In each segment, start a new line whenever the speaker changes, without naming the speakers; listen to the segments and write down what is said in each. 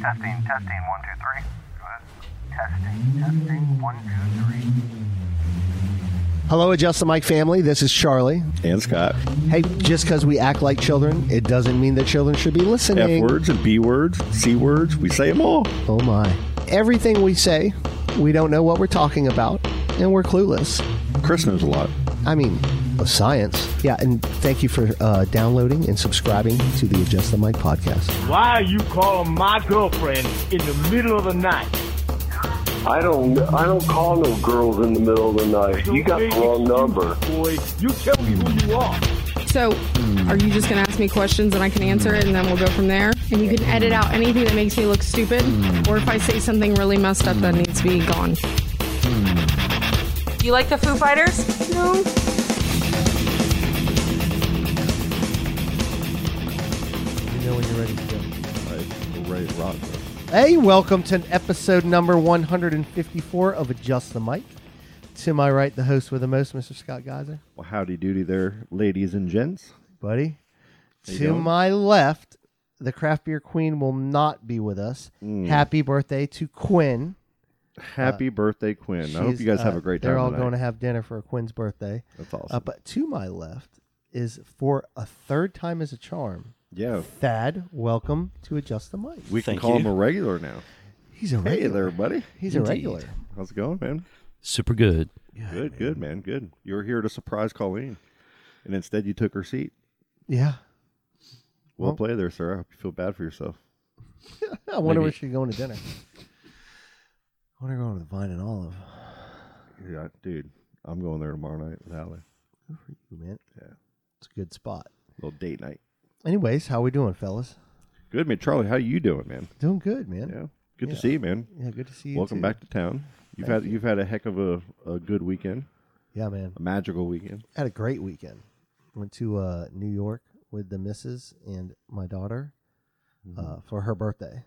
Testing, testing, one, two, three. Good. Testing, testing, one, two, three.
Hello, Adjust the Mic family. This is Charlie.
And Scott.
Hey, just because we act like children, it doesn't mean that children should be listening.
F words and B words, C words, we say them all.
Oh, my. Everything we say, we don't know what we're talking about, and we're clueless.
Chris knows a lot.
I mean, of science. Yeah, and thank you for uh, downloading and subscribing to the Adjust the Mic podcast.
Why are you calling my girlfriend in the middle of the night?
I don't. I don't call no girls in the middle of the night. You got the wrong number.
Boy, you tell me who you are.
So, are you just going to ask me questions and I can answer it and then we'll go from there? And you can edit out anything that makes me look stupid or if I say something really messed up that needs to be gone. You like the Foo Fighters? No.
Right, rock.
Hey, welcome to episode number 154 of Adjust the Mic. To my right, the host with the most, Mr. Scott Geiser.
Well, howdy doody there, ladies and gents.
buddy.
you
To
doing?
my left, the craft beer queen will not be with us.
Mm.
Happy birthday to Quinn.
Happy birthday, Quinn. I hope
Uh, She's,
you guys have
uh,
a great time.
They're all
tonight.
going to have dinner for Quinn's birthday.
That's awesome.
Uh, but to my left is for a third time as a charm.
yeah,
Thad, welcome to adjust the mic.
we can
Thank
call
you.
him a regular now.
He's a
Hey
regular.
there, buddy.
He's a
Indeed.
regular.
How's it going, man?
Super good.
good, good, man. Good. You were here to surprise Colleen, and instead you took her seat.
Yeah.
Well,
Well-
played there, sir. I hope you feel bad for yourself.
I wonder
Maybe.
where she's going to dinner. I wonder going to the Vine and Olive.
Yeah, dude, I'm going there tomorrow night with Allie.
Good for you, man. Yeah. It's a good spot.
little date night.
Anyways, how we doing, fellas?
Good, man. Charlie, how you doing, man?
Doing good, man.
Yeah, good to see you, man.
Yeah, good to see you.
Welcome
too.
back to town. You've had you. have had a heck of a, a good weekend,
Yeah, man.
a magical weekend.
Had a great weekend. Went to uh, New York with the missus and my daughter uh, for her birthday.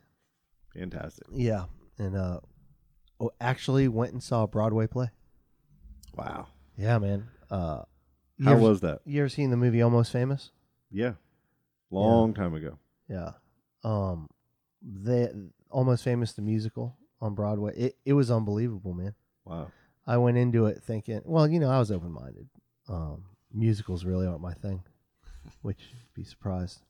Fantastic.
Yeah, and uh, oh, actually went and saw a Broadway play.
Wow.
Yeah, man. Uh,
How
Years-
was that?
you ever seen the movie Almost Famous?
Yeah. Long time ago.
Yeah. Um, they Almost Famous the musical on Broadway. It it was unbelievable, man.
Wow.
I went into it thinking, well, you know, I was open minded. Um, musicals really aren't my thing, which you'd be surprised.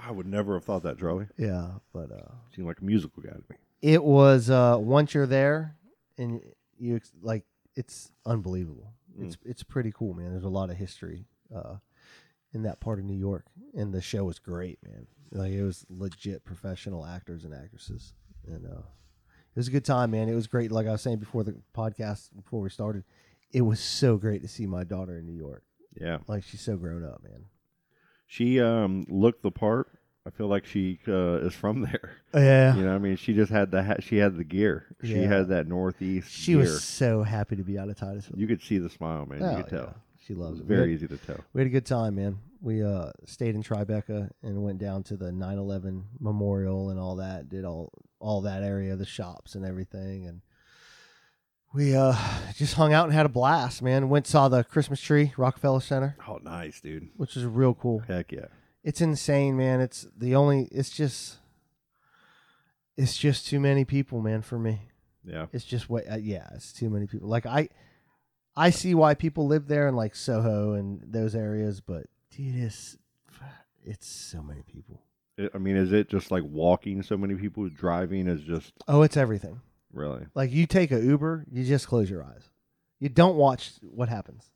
I would never have thought that, Charlie.
Yeah, but uh,
Seemed like a musical guy to me.
it was uh, once you're there and you ex- like it's unbelievable.
Hmm.
It's it's pretty cool, man. There's a lot of history uh, in that part of New York, and the show was great, man. Like it was legit professional actors and actresses, and uh, it was a good time, man. It was great. Like I was saying before the podcast, before we started, it was so great to see my daughter in New York.
Yeah.
Like she's so grown up, man.
She um looked the part. I feel like she uh, is from there.
Yeah,
You know, what I mean, she just had the ha- she had the gear. She
Yeah.
had that northeast
she
gear.
was so happy to be out of Titusville.
You could see the smile, man.
Oh,
you could
yeah.
tell.
She
It
loves
was
it.
very
Yeah.
easy to tell.
We had a good time, man. We uh, stayed in Tribeca and went down to the 9/11 memorial and all that. Did all all that area, the shops and everything, and we uh, just hung out and had a blast, man. Went saw the Christmas tree, Rockefeller Center,
Oh, nice, dude.
which was real cool.
Heck yeah.
It's insane, man. It's the only. It's just. It's just too many people, man. For me,
Yeah.
it's just what. Uh, yeah, it's too many people. Like I, I see why people live there in like Soho and those areas, but dude, it's it's so many people.
It- I mean, is it just like walking so many people? Driving is just
Oh, it's everything.
really.
Like you take a Uber, you just close your eyes. You don't watch what happens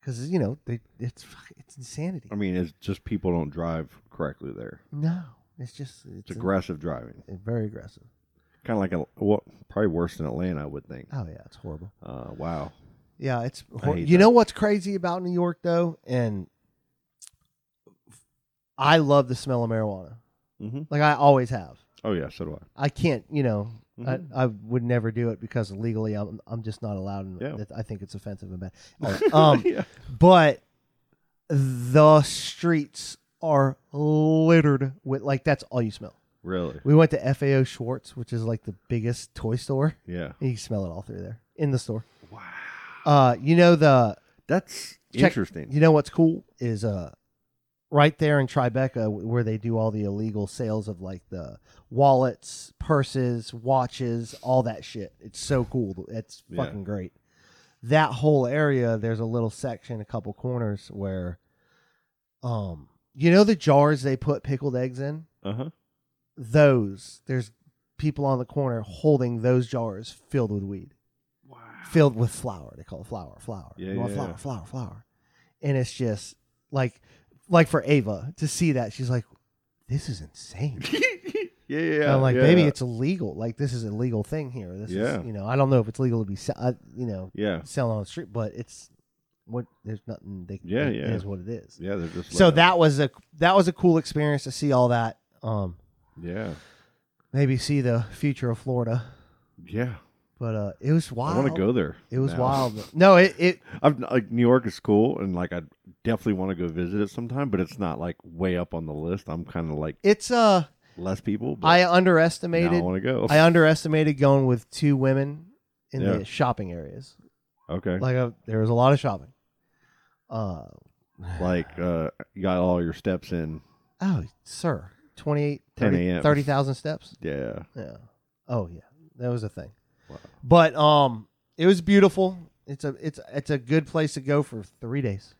because you know they, it's fuck- it's insanity.
I mean, it's just people don't drive correctly there.
no, it's just it's,
It's aggressive driving,
a- very aggressive.
kind of like a well, probably worse than Atlanta, I would think.
Oh yeah, it's horrible.
Uh, wow.
Yeah, it's
I
hor-
hate
you
that.
know what's crazy about New York though, and I love the smell of marijuana.
Mm-hmm.
Like I always have.
Oh yeah, so do I.
I can't, you know,
Mm-hmm.
I, I would never do it because legally I'm I'm just not allowed. And
Yeah.
that- I think it's offensive and bad. Um, But the streets are littered with like that's all you smell.
Really?
We went to FAO Schwartz, which is like the biggest toy store.
Yeah.
You can smell it all through there in the store. Wow. Uh, you know the
That's
check-
interesting.
You know what's cool is uh, right there in Tribeca, w- where they do all the illegal sales of like the wallets, purses, watches, all that shit. It's so cool. It's
Yeah.
fucking great. That whole area, there's a little section, a couple corners where, um, you know the jars they put pickled eggs in.
Uh huh.
Those there's people on the corner holding those jars filled with weed
Wow.
filled with flour. They call it flour, flour.
Yeah,
you want
yeah,
flour,
yeah.
flour, flour. And it's just like like for Ava to see that, she's like, This is insane.
Yeah, yeah.
And
yeah,
I'm like,
yeah.
baby, it's illegal. Like this is a legal thing here. This
Yeah.
is you know, I don't know if it's legal to be se- I- you know,
yeah,
selling on the street, but it's what there's nothing they
Yeah,
it
yeah.
is what it is.
yeah. They're just
So
like-
that was a that was a cool experience to see all that. Um
Yeah,
maybe see the future of Florida.
yeah.
But uh it was wild.
I want to go there.
It was
now.
wild. No, it, it
I've like New York is cool, and like I definitely want to go visit it sometime. But it's not like way up on the list. I'm kind of like
it's uh
less people. But
I
now I
underestimated.
want to go.
I underestimated going with two women in
Yeah.
the shopping areas.
okay, like,
Like uh, there was a lot of shopping. Uh
uh, you got all your steps in.
oh, sir, 28,
10
30
a.m..
30,000 steps.
Yeah,
Yeah. Oh yeah, that was a thing.
Wow.
But um, it was beautiful. It's a it's it's a good place to go for three days,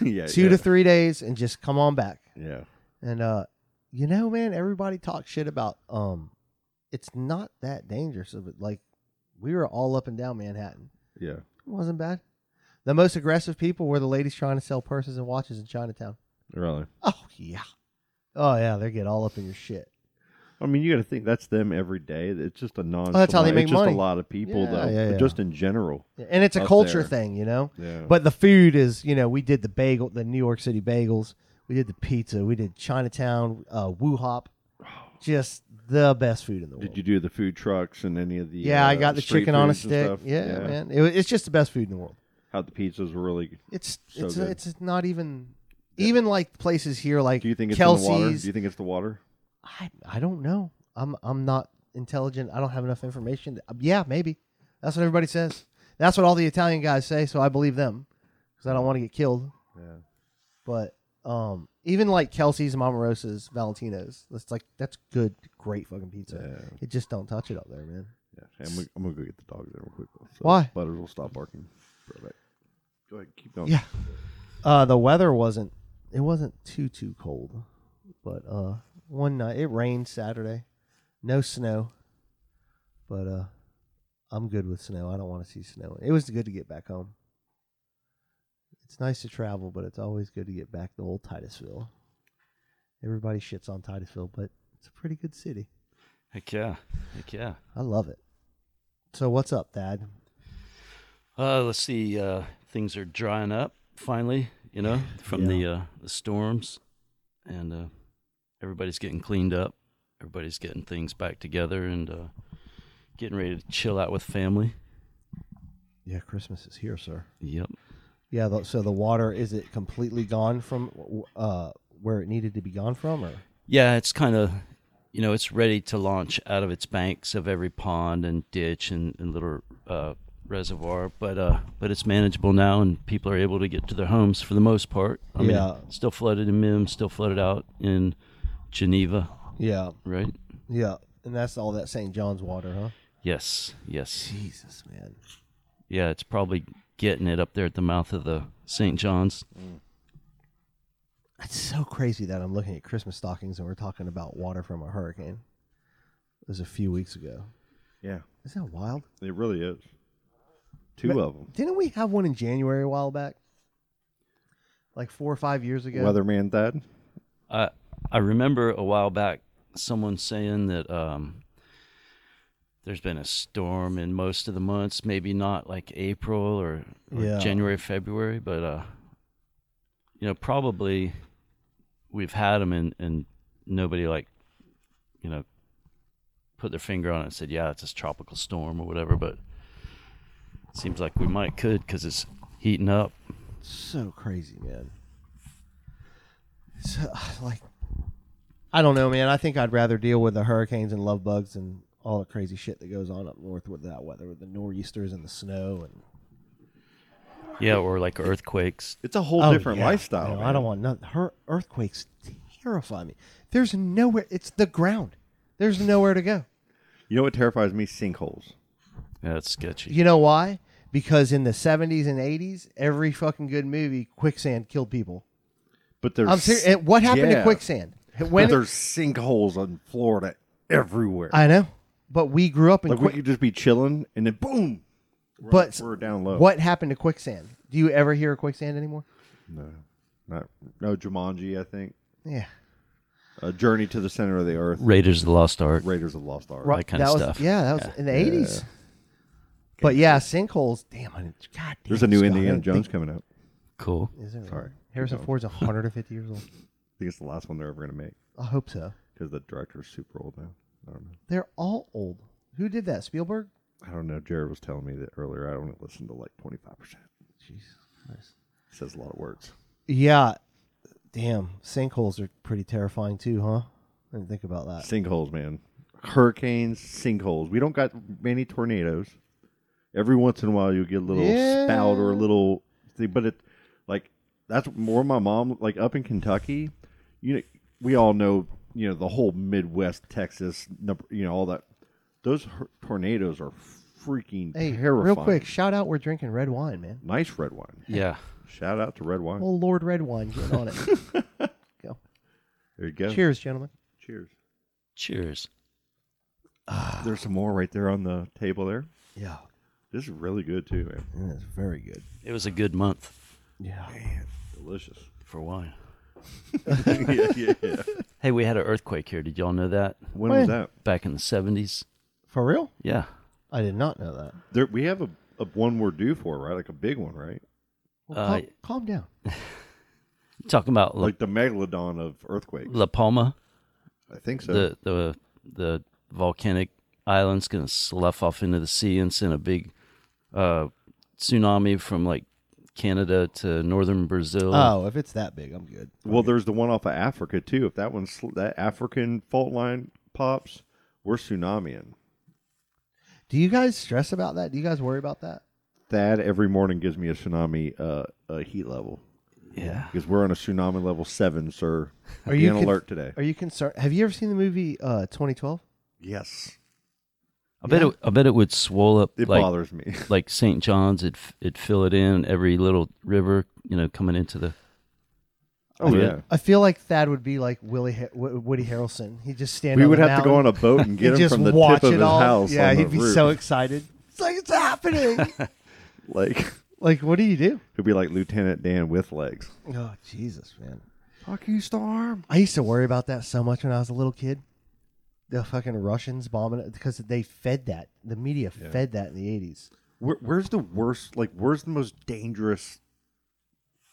yeah.
two
yeah.
to three days, and just come on back.
Yeah,
And uh, you know, man, everybody talks shit about um, it's not that dangerous of it. Like we were all up and down Manhattan.
yeah.
It wasn't bad. The most aggressive people were the ladies trying to sell purses and watches in Chinatown.
Really.
Oh yeah. Oh yeah, they get all up in your shit.
I mean, you got to think that's them every day. It's just a non.
Oh, that's how they make
it's just
money.
a lot of people,
Yeah,
though.
yeah,
but
yeah.
Just in general.
Yeah, And it's a
Up
culture
there.
thing, you know.
Yeah.
But the food is, you know, we did the bagel, the New York City bagels. We did the pizza. We did Chinatown, uh, Woo Hop. Just the best food in the world.
did you do the food trucks and any of the?
yeah, I
uh,
got the
street
chicken on a
foods and
stick.
stuff?
Yeah, man, it, wa- it's just the best food in the world.
How the pizzas were really.
It's
So
it's
good.
it's not even even like places here like
Do you think it's in
Kelsey's.
the water? Do you think it's the water?
I I don't know. I'm I'm not intelligent. I don't have enough information. to- yeah, maybe. That's what everybody says. That's what all the Italian guys say. So I believe them because I don't want to get killed.
Yeah.
But um, even like Kelsey's, Mamarosa's, Valentino's, that's like that's good, great fucking pizza.
Yeah.
It just don't touch it up there, man.
Yeah, hey, I'm, gonna, I'm gonna go get the dog there real quick. though, So
Why?
Butters will stop barking. for a bit. Go ahead, keep going.
Yeah. Uh, the weather wasn't. It wasn't too too cold, but uh, one night it rained Saturday, no snow. But uh, I'm good with snow. I don't want to see snow. It was good to get back home. It's nice to travel, but it's always good to get back to old Titusville. Everybody shits on Titusville, but it's a pretty good city.
Heck yeah. Heck yeah.
I love it. So what's up, Dad?
Uh, let's see. Uh, things are drying up finally, you know, from the uh, the storms, and uh, everybody's getting cleaned up. Everybody's getting things back together and uh, getting ready to chill out with family.
Yeah, Christmas is here, sir.
Yep.
Yeah. The, so the water is it completely gone from uh, where it needed to be gone from, or
Yeah, it's kind of, you know, it's ready to launch out of its banks of every pond and ditch and, and little uh, reservoir, but uh, but it's manageable now, and people are able to get to their homes for the most part. I
Yeah.
mean, still flooded in Mim, still flooded out in Geneva,
yeah,
right?
yeah. And that's all that St. John's water, huh?
Yes, yes,
Jesus, man.
yeah. It's probably getting it up there at the mouth of the St. John's.
That's so crazy that I'm looking at Christmas stockings and we're talking about water from a hurricane. It was a few weeks ago.
yeah,
Is that wild?
it really is. Two of them.
Didn't we have one in January a while back? Like four or five years ago.
Weatherman Thad.
I I remember a while back someone saying that um, there's been a storm in most of the months, maybe not like April or, or
Yeah.
January, February, but uh, you know, probably we've had them and, and nobody like you know put their finger on it and said, yeah, it's a tropical storm or whatever. But it seems like we might could because it's heating up.
so crazy, man. So, like, I don't know, man. I think I'd rather deal with the hurricanes and love bugs and all the crazy shit that goes on up north with that weather, with the nor'easters and the snow and
Yeah, or like earthquakes.
It's a whole
Oh,
different
yeah.
lifestyle.
No, I
man.
don't want nothing. Her earthquakes terrify me. There's nowhere. It's the ground. There's nowhere to go.
You know what terrifies me? Sinkholes.
Yeah, it's sketchy.
You know why? Because in the 70s and 80s, every fucking good movie, quicksand killed people.
But there's
I'm serious. and What happened to
yeah.
quicksand?
But
When
there's sinkholes in Florida everywhere.
I know, but we grew up in
like we
quick.
could just be chilling and then boom. We're,
But
we're down low.
What happened to quicksand? Do you ever hear of quicksand anymore?
Not, no Jumanji, I think.
Yeah,
A Journey to the Center of the Earth.
Raiders of the Lost Ark.
Raiders of the Lost Ark.
That kind of
was,
stuff.
Yeah, that was in the 80s. But yeah, sinkholes. Damn, I didn't, God damn.
There's a new
Scott, I
Indiana
didn't
Jones
think-
coming out.
Cool.
is there?
Sorry.
Harrison Ford's 150 years old.
I think it's the last one they're ever going to make
I hope so.
because the director's super old now. I don't know.
They're all old. Who did that? Spielberg?
I don't know. Jared was telling me that earlier. I only listened to like 25%.
Jesus Christ.
says a lot of words.
Yeah. Damn. Sinkholes are pretty terrifying too, huh? I didn't think about that.
Sinkholes, man. Hurricanes, sinkholes. We don't got many tornadoes. Every once in a while, you'll get a little
Yeah.
spout or a little thing, but it, like, that's more my mom, like, up in Kentucky, you know, we all know, you know, the whole Midwest, Texas, number- you know, all that. Those hur- tornadoes are freaking
Hey,
terrifying.
real quick, shout out we're drinking red wine, man.
Nice red wine.
Yeah.
Shout out to red wine.
Well, Lord Red Wine, get on it. Go.
There you go.
Cheers, gentlemen.
Cheers.
Cheers.
There's some more right there on the table there.
Yeah.
This is really good too, man.
That's very good.
It was a good month
Yeah.
Delicious.
for wine.
yeah, yeah, yeah.
Hey, we had an earthquake here. Did y'all know that?
When,
When?
was that?
Back in the 70s?
For real?
Yeah.
I did not know that.
There, we have a, a one we're due for, right? Like a big one, right?
Well,
Uh,
cal- calm down.
Talking about La,
Like the megalodon of earthquakes.
La Palma,
I think so.
the, the, the volcanic island's going to slough off into the sea and send a big uh, tsunami from like Canada to northern Brazil.
Oh, if it's that big, I'm good.
well, there's the one off of Africa too. If that one, sl- that African fault line pops, we're tsunamiing.
Do you guys stress about that? Do you guys worry about that?
Thad every morning gives me a tsunami uh, a heat level
yeah.
because we're on a tsunami level seven, sir.
Are
Be
you
on
con-
alert today?
Are you concerned? Have you ever seen the movie uh, 2012?
Yes,
I bet
Yeah.
it. I bet it would swell up
it
like
bothers me.
like St. John's. It it fill it in every little river, you know, coming into the.
oh
yeah.
yeah,
I feel like Thad would be like Willie ha- Wo- Woody Harrelson. He'd just stand.
we
on
would
the
have to go on
mountain
a boat and get
and
him
just
from the
watch
tip of
it
his
all.
house.
yeah,
on
he'd
the
be
roof.
so excited. It's like it's happening.
like
like, what do you do?
he'd be like Lieutenant Dan with legs.
Oh Jesus, man!
Fuck you, Storm.
I used to worry about that so much when I was a little kid. The fucking Russians bombing it because they fed that. The media fed that in the eighties.
Where, where's the worst? Like, where's the most dangerous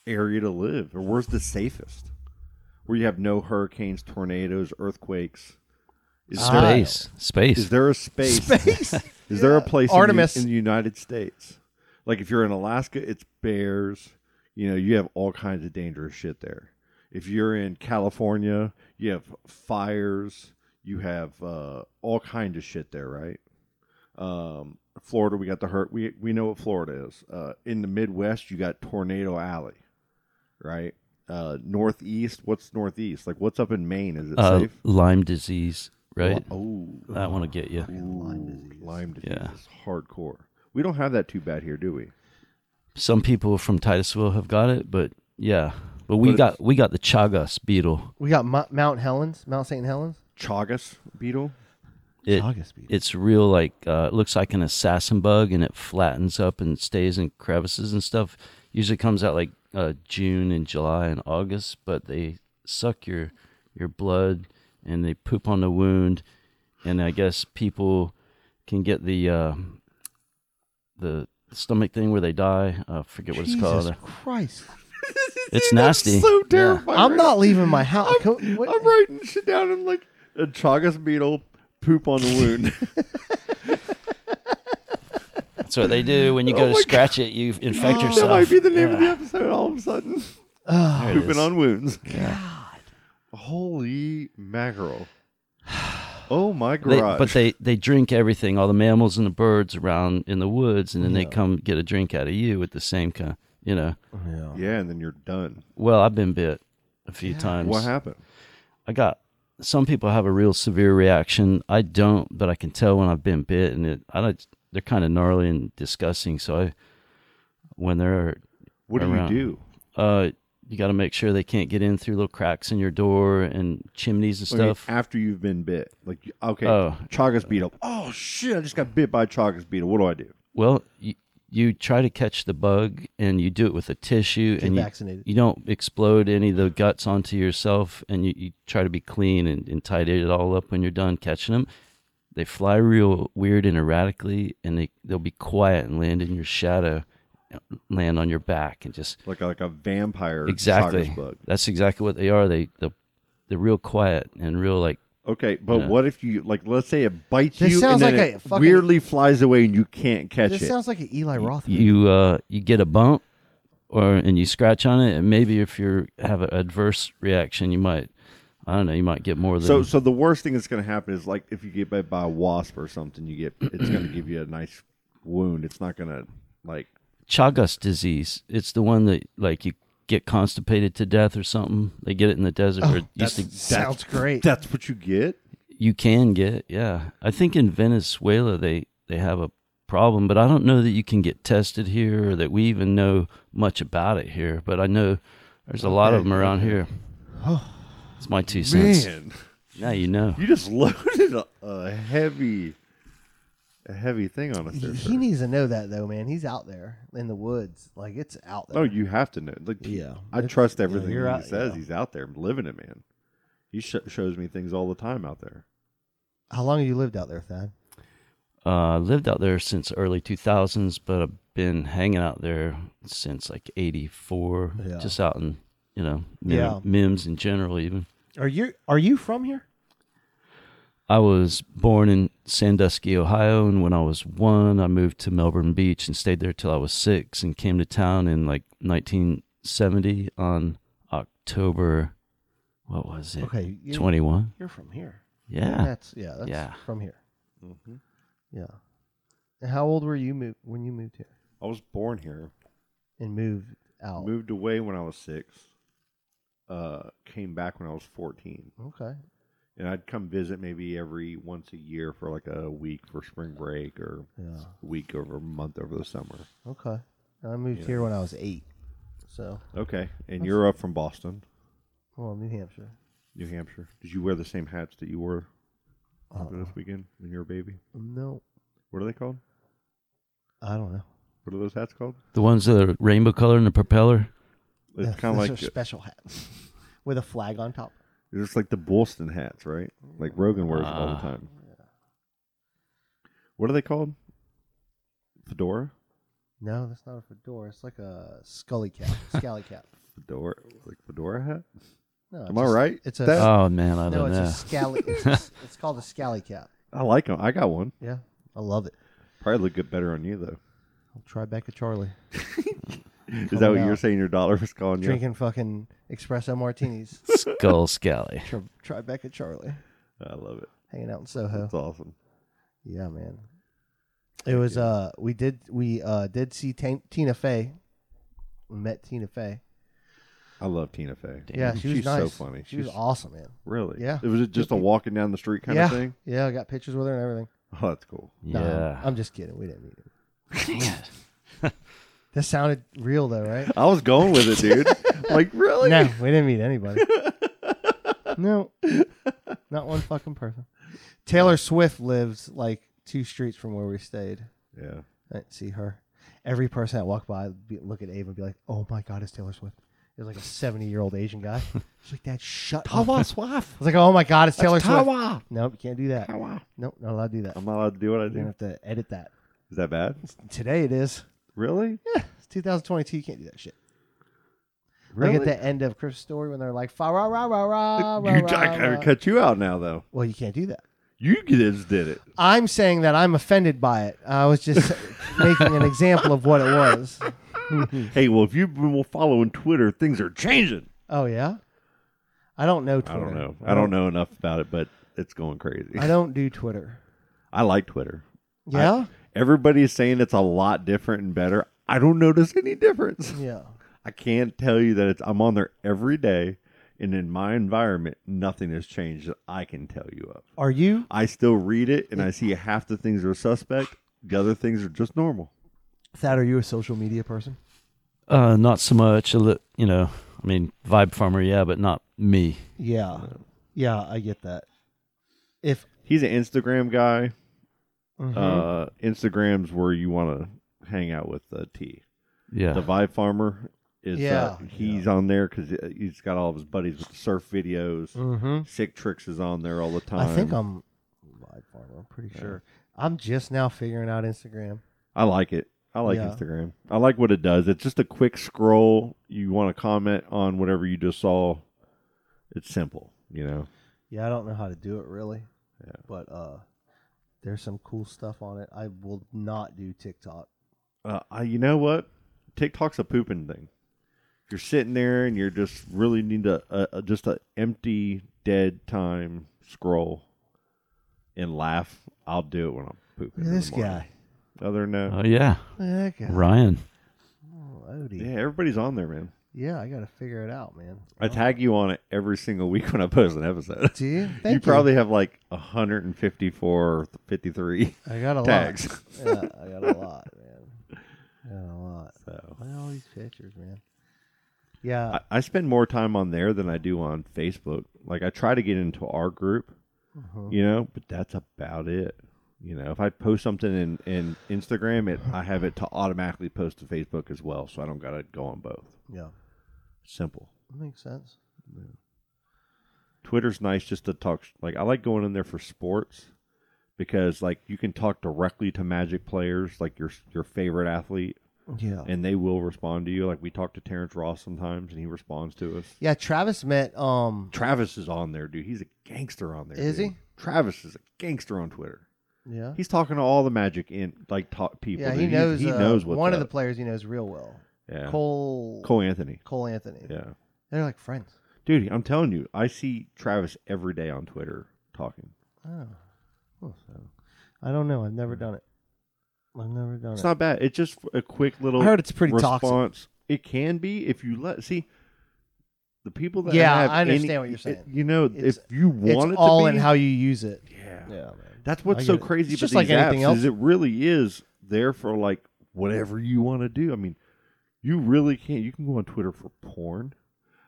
area to live, or where's the safest? Where you have no hurricanes, tornadoes, earthquakes. Is
Uh,
there
Space, space.
is there a space? Space. is there a place in the-
Artemis.
in the United States? Like, if you're in Alaska, it's bears. You know, you have all kinds of dangerous shit there. If you're in California, you have fires. You have uh, all kind of shit there, right? Um, Florida, we got the hurt. We we know what Florida is. Uh, in the Midwest, you got Tornado Alley, right? Uh, northeast, what's northeast? Like, what's up in Maine? Is it
uh,
safe?
Lyme disease, right?
Oh,
That one will get you.
Lyme disease. Lyme disease
Yeah.
is hardcore. We don't have that too bad here, do we?
Some people from Titusville have got it, but yeah. But we
But
got we got the Chagas beetle.
We got Mo- Mount Helens, Mount St. Helens.
Chagas beetle.
It,
Chagas beetle.
It's real like uh, it looks like an assassin bug, and it flattens up and stays in crevices and stuff. Usually comes out like uh, June and July and August, but they suck your your blood and they poop on the wound, and I guess people can get the uh, the stomach thing where they die. I forget what it's
Jesus
called.
Christ!
It's nasty.
So
Yeah.
terrifying.
I'm not leaving my house. Can-
I'm
what-
writing shit down. I'm like a Chagas beetle poop on the wound.
That's what they do when you
Oh
go to scratch it. You infect
that
yourself.
might be the name of the
Yeah.
episode. All of a sudden,
There it is.
pooping on wounds. God. Holy mackerel. Oh my
They,
garage.
but they, they drink everything, all the mammals and the birds around in the woods, and then they come get a drink out of you with the same kind. you know.
Yeah.
Yeah, and then you're done.
Well, I've been bit a few times.
What happened?
I got some people have a real severe reaction. I don't, but I can tell when I've been bit, and it I don't. They're kind of gnarly and disgusting. So I, when they're
What do
Around.
you do?
uh, you got to make sure they can't get in through little cracks in your door and chimneys and
I mean,
stuff.
after you've been bit, like you- okay,
Oh.
chagas beetle. Oh shit! I just got bit by a chagas beetle. What do I do?
well, you, you try to catch the bug, and you do it with a tissue, and you,
vaccinated.
you don't explode any of the guts onto yourself, and you, you try to be clean and, and tidy it all up when you're done catching them. They fly real weird and erratically, and they they'll be quiet and land in your shadow, land on your back, and just
Like a, like a vampire
exactly.
chagas bug.
That's exactly what they are. They the they're real quiet and real like
Okay, but
Yeah.
what if you like? Let's say it bites
This
you,
sounds
and then
like
it
a fucking-
weirdly flies away, and you can't catch
This
it.
sounds like an Eli Roth. movie.
you uh, you get a bump or and you scratch on it and maybe if you have an adverse reaction you might i don't know you might get more than
so, so the worst thing that's going to happen is like if you get bit by a wasp or something, you get it's going to give you a nice wound. It's not going to like
chagas disease it's the one that like you get constipated to death or something they get it in the desert or it used to,
Sounds great.
that's what you get.
you can get yeah i think in venezuela they they have a problem but i don't know that you can get tested here or that we even know much about it here but i know there's a lot of them around here it's my two cents
Man,
now you know
you just loaded a, a heavy, a heavy thing on us
He,
there.
he
sir.
needs to know that though, man. He's out there in the woods. Like it's out there.
Oh, you have to know. Like, he-
Yeah.
I trust everything
you're
he
out-
says.
yeah.
He's out there living it, man. He sh- shows me things all the time out there.
How long have you lived out there, Thad?
Uh, lived out there since early 2000s, but I've been hanging out there since like 84,
Yeah.
just out in, you know, Mim-
Yeah.
Mims in general, even.
Are you Are you from here?
I was born in Sandusky, Ohio, and when I was one, I moved to Melbourne Beach and stayed there till I was six and came to town in like 1970 on October, what was it?
Okay, you-
21?
You're from here.
Yeah.
That's yeah. That's
Yeah.
From here.
Mm-hmm.
Yeah. And how old were you move, when you moved here
I was born here.
and moved out?
Moved away when I was six. Uh, came back when I was fourteen,
Okay.
and I'd come visit maybe every once a year for like a week for spring break or
Yeah.
a week over a month over the summer.
Okay. I moved here when I was eight. So,
Okay, and you're up from Boston,
well, New Hampshire.
New Hampshire. Did you wear the same hats that you wore for
Uh-uh.
this weekend when you were a baby?
No,
What are they called?
I don't know.
What are those hats called?
The ones that are rainbow color and the propeller.
It's
Those-
kind of
those
like
are special hats with a flag on top.
It's like the Boylston hats, right? Like Rogan wears them all
Ah.
the time. What are they called? Fedora?
No, that's not a fedora. It's like a scully cap, scally cap.
Fedora like fedora hat?
No,
Am
it's
I
a-
right?
It's a
That-
Oh, man, I
no.
don't
It's
know.
a scally. It's, a- it's called a scally cap.
I like them. I got one.
Yeah, I love it.
Probably look good better on you though.
I'll try back at Charlie
Is that what
out.
you're saying your dollar was calling you?
drinking fucking espresso martinis.
Skull Scally.
try, try back at Charlie
I love it.
hanging out in Soho.
That's awesome.
Yeah, man. It was uh we did we uh did see Tan Tina Fey. We met Tina Fey.
I love Tina Fey.
Yeah, she was
She's
nice.
so funny.
She was
She's-
awesome, man.
Really?
Yeah.
It was just a walking down the street kind
yeah,
of thing.
yeah. I got pictures with her and everything.
Oh, that's cool.
No,
Yeah.
I'm just kidding. We didn't meet. Her.
Dang it.
That sounded real though, right?
I was going with it, dude. like really?
no, we didn't meet anybody. no, not one fucking person. Taylor Swift lives like two streets from where we stayed.
Yeah.
I didn't see her. Every person that walked by would be, look at Abe and be like, "Oh my God, it's Taylor Swift." It was like a seventy-year-old Asian guy. It's like, "Dad, shut up." I
Swift.
was like, "Oh my God, it's Taylor Swift."
Tawa.
Nope, you can't do that.
Tawa.
Nope, not allowed to do that.
I'm not allowed to do what I
You're gonna
do.
have to edit that.
Is that bad?
Today it is.
Really?
Yeah, it's 2022. You can't do that shit. Like at the end of Christmas Story when they're like, "Fa ra ra ra ra ra
You,
ra."
I gotta
ra."
cut you out now, though.
Well, you can't do that.
You kids did it.
I'm saying that I'm offended by it. I was just making an example of what it was.
Hey, well, if you've been following Twitter, things are changing.
Oh yeah, I don't know
I
Twitter.
don't know. I don't know enough about it, but it's going crazy.
I
I,
don't do Twitter.
like Twitter.
Yeah,
Everybody's saying it's a lot different and better. I don't notice any difference.
Yeah.
I can't tell you that it's, I'm on there every day, and in my environment, nothing has changed that I can tell you of.
Are you
I still read it, and I see half the things are suspect. The other things are just normal.
Thad? Are you a social media person?
Uh, not so much. A li- you know, I mean, vibe farmer, yeah, but not me.
Yeah. Yeah, I get that. If
He's an Instagram guy.
Mm-hmm.
Uh, Instagram's where you want to hang out with uh, T.
Yeah,
The Vibe Farmer is uh,
Yeah.
he's on there because he's got all of his buddies with the surf videos.
Mhm.
Sick Tricks is on there all the time.
I think I'm live farmer, I'm pretty sure. I'm just now figuring out Instagram.
I like it. I like
Yeah.
Instagram. I like what it does. It's just a quick scroll. You want to comment on whatever you just saw. It's simple, you know.
Yeah, I don't know how to do it really. Yeah. But uh there's some cool stuff on it. I will not do TikTok.
Uh, I, you know what? TikTok's a pooping thing. You're sitting there and you're just really need a, a, a just a empty dead time scroll and laugh. I'll do it when I'm pooping.
Look at
in the
this
morning.
guy.
Other than that,
oh yeah,
Look at that guy.
Ryan.
Odie.
yeah, everybody's on there, man.
Yeah, I got to figure it out, man.
I tag you on it every single week when I post an episode.
Do you? Thank you.
you, probably have like 154 or 53
I got a
tags.
lot. Yeah, I got a lot, man. I got a lot.
So
Look at all these pictures, man. Yeah.
I, I spend more time on there than I do on Facebook. Like I try to get into our group, you know, but that's about it. You know, if I post something in, in Instagram, it I have it to automatically post to Facebook as well, so I don't gotta go on both.
yeah.
Simple.
Makes sense.
Twitter's nice just to talk. Like I like going in there for sports because like you can talk directly to Magic players, like your your favorite athlete,
Yeah.
and they will respond to you. Like we talk to Terrence Ross sometimes, and he responds to us.
Yeah, Travis met um
Travis is on there, dude. He's a gangster on there.
Is
dude.
he?
Travis is a gangster on Twitter.
yeah.
He's talking to all the Magic in like top people.
yeah,
dude.
he
He's-
knows
He
uh,
knows what's
one of the
up.
players he knows real well.
yeah. Cole,
Cole
Anthony.
Cole Anthony.
Yeah,
They're like friends.
dude. I'm telling you, I see Travis every day on Twitter talking.
Oh. Huh. I don't know. I've never
Mm.
done it. I've never done
It's
it.
not bad. It's just a quick little.
I heard it's pretty toxic.
response. It can be if you let see. The people that
Yeah,
have
I understand
any-
what you're saying.
it- you know,
It's-
if you
it's
want it
all
to
in
be,
how you use it.
yeah,
man.
That's
I
what's
get
so
it.
crazy
It's
about
just
these
like anything
apps
else.
is it really is there for like whatever you want to do. I mean, you really can't. You can go on Twitter for porn.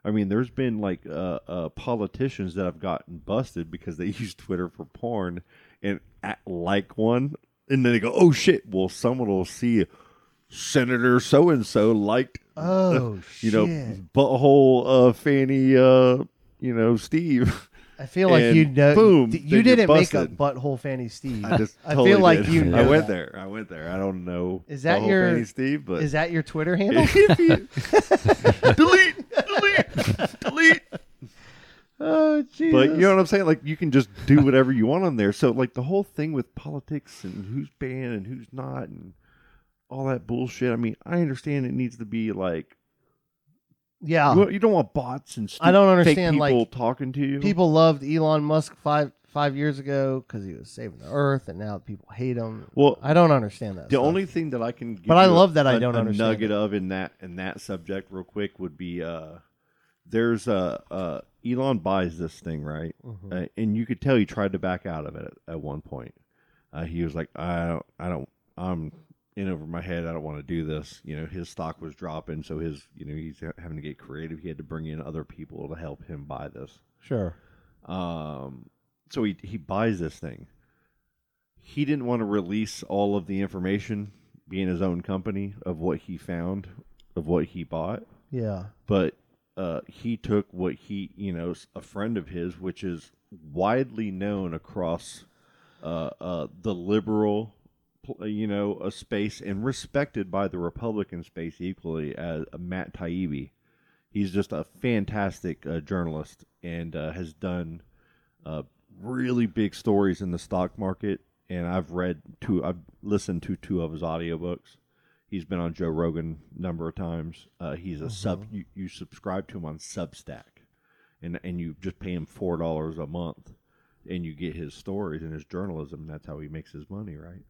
I mean, there's been like uh, uh, politicians that have gotten busted because they use Twitter for porn and act like one, and then they go, "Oh shit!" Well, someone will see Senator so and so liked,
Oh
you
shit.
know, butthole uh, Fanny, uh, you know, Steve.
I feel like you
and
know
boom,
d-
then
you
you're
didn't make up
busted.
butthole Fanny Steve.
I just
I
totally
feel like
did.
you know
I went
that.
there. I went there. I don't know.
Is that
the whole
your-
Fanny Steve? But
Is that your Twitter handle?
delete, delete, delete.
oh Jesus.
But you know what I'm saying? Like you can just do whatever you want on there. So like the whole thing with politics and who's banned and who's not and all that bullshit. I mean, I understand it needs to be like
yeah.
you, you don't want bots and
Ah. I don't
stupid fake
understand, like,
people talking to you.
people loved Elon Musk five five years ago because he was saving the earth, and now people hate him.
Well,
I don't understand that.
The
stuff.
only thing that I can, give
But I
you
love that I
a-
don't
a
understand
nugget
it.
of in that in that subject real quick would be uh, there's a uh, Elon buys this thing right,
Mm-hmm.
uh, and you could tell he tried to back out of it at, at one point. Uh, he was like, I don't, I don't, I'm in over my head. I don't want to do this. You know, his stock was dropping, so his, you know, he's having to get creative. He had to bring in other people to help him buy this.
sure.
Um, so he he buys this thing. He didn't want to release all of the information, being his own company, of what he found, of what he bought.
Yeah.
But uh, he took what he, you know, s- a friend of his, which is widely known across uh, uh, the liberal, pl- uh, you know, a space and respected by the Republican space equally as uh, Matt Taibbi. He's just a fantastic uh, journalist and uh, has done uh, really big stories in the stock market. And I've read two, I've listened to two of his audiobooks. He's been on Joe Rogan a number of times. Uh, he's a sub, you, you subscribe to him on Substack and, and you just pay him $4 a month and you get his stories and his journalism. And that's how he makes his money, right?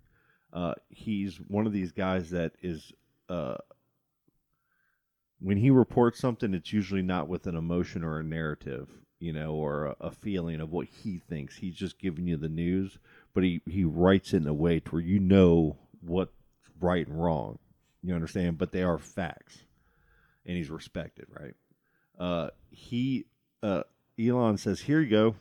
Uh, he's one of these guys that is uh, when he reports something, it's usually not with an emotion or a narrative, you know, or a, a feeling of what he thinks. He's just giving you the news, but he he writes it in a way to where you know what's right and wrong. You understand? But they are facts, and he's respected, right? Uh, he uh, Elon says, "Here you go.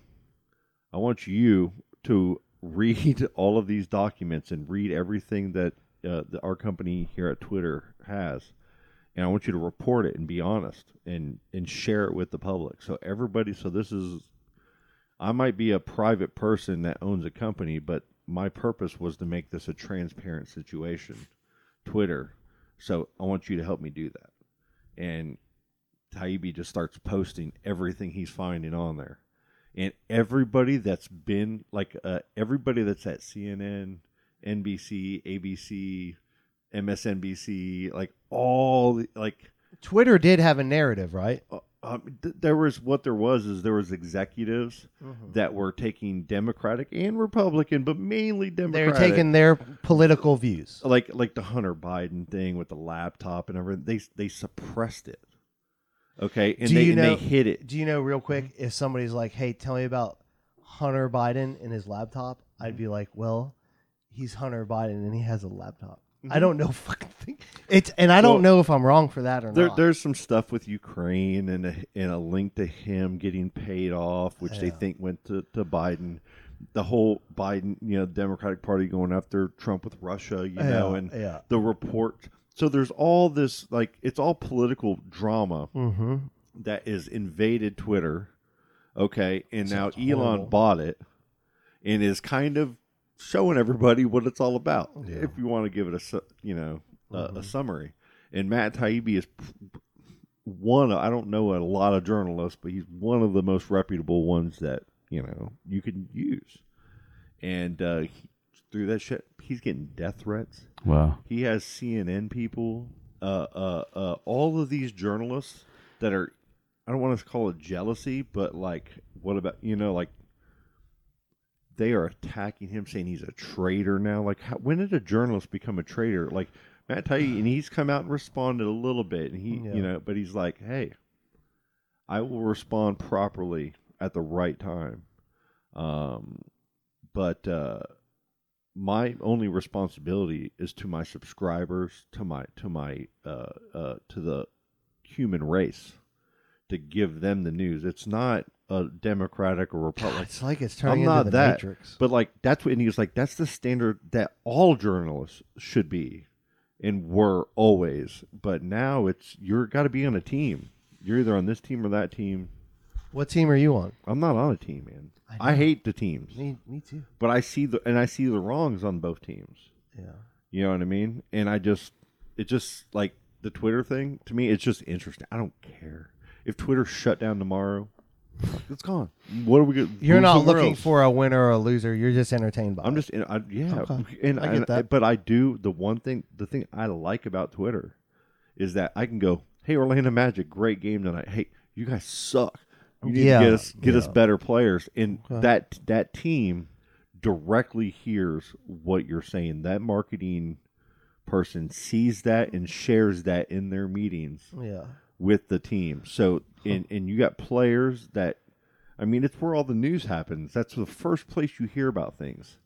I want you to read all of these documents and read everything that uh, the, our company here at Twitter has, and I want you to report it and be honest and and share it with the public. So everybody, so this is, I might be a private person that owns a company, but my purpose was to make this a transparent situation, Twitter. So I want you to help me do that, and Taibbi just starts posting everything he's finding on there. And everybody that's been like uh, everybody that's at CNN, NBC, ABC, MSNBC, like all the, like
Twitter did have a narrative, right?
uh, um, th- there was what there was is there was executives that were taking Democratic and Republican, but mainly
They
Democratic
were taking their political views.
like like the Hunter Biden thing with the laptop and everything. They they suppressed it. Okay, and
Do
they
you
and
know-
they hid it.
Do you know real quick if somebody's like, "Hey, tell me about Hunter Biden and his laptop," I'd be like, "Well, he's Hunter Biden and he has a laptop." I don't know fucking thing. It's and I don't
Well,
know if I'm wrong for that or
There,
not.
there's some stuff with Ukraine and a, and a link to him getting paid off, which they think went to, to Biden. The whole Biden, you know, Democratic Party going after Trump with Russia, you know,
Yeah,
and
yeah.
the report. So there's all this like it's all political drama
mm-hmm.
that is invaded Twitter. Okay, and now
Sounds horrible.
Elon bought it and is kind of showing everybody what it's all about. If you want to give it a su- you know a,
Mm-hmm.
a summary, and Matt Taibbi is p- one. of- I don't know a lot of journalists, but he's one of the most reputable ones that you know you can use. And uh, he, through that shit, he's getting death threats.
Wow.
He has CNN people, uh, uh, uh, all of these journalists that are, I don't want to call it jealousy, but like, what about, you know, like they are attacking him, saying he's a traitor now. Like, how, when did a journalist become a traitor? Like, Matt Taibbi, and he's come out and responded a little bit, and he, you know, but he's like, hey, I will respond properly at the right time. Um, but, uh, my only responsibility is to my subscribers, to my to my uh, uh, to the human race, to give them the news. It's not a Democratic or Republican.
It's like it's
I'm
turning
not
into the
that,
Matrix.
but like that's what and he was like. That's the standard that all journalists should be, and were always. But now it's you're got to be on a team. You're either on this team or that team.
what team are you on?
I'm not on a team, man. I, hate the teams,
Me, me too.
but I see the and I see the wrongs on both teams.
Yeah.
You know what I mean? And I just, it just like the Twitter thing to me, it's just interesting. I don't care if Twitter shut down tomorrow. It's gone. What are we? Gonna,
You're
move
not
somewhere
looking
else?
for a winner or a loser. You're just entertained by.
I'm
it.
just, and I, yeah,
Okay.
and
I
I
get that.
but I do the one thing. The thing I like about Twitter is that I can go, "Hey, Orlando Magic, great game tonight. Hey, you guys suck. You need
Yeah,
to get us get us
yeah.
better players." And that that team directly hears what you're saying. That marketing person sees that and shares that in their meetings
yeah.
with the team. So and and you got players that I mean it's where all the news happens. That's the first place you hear about things.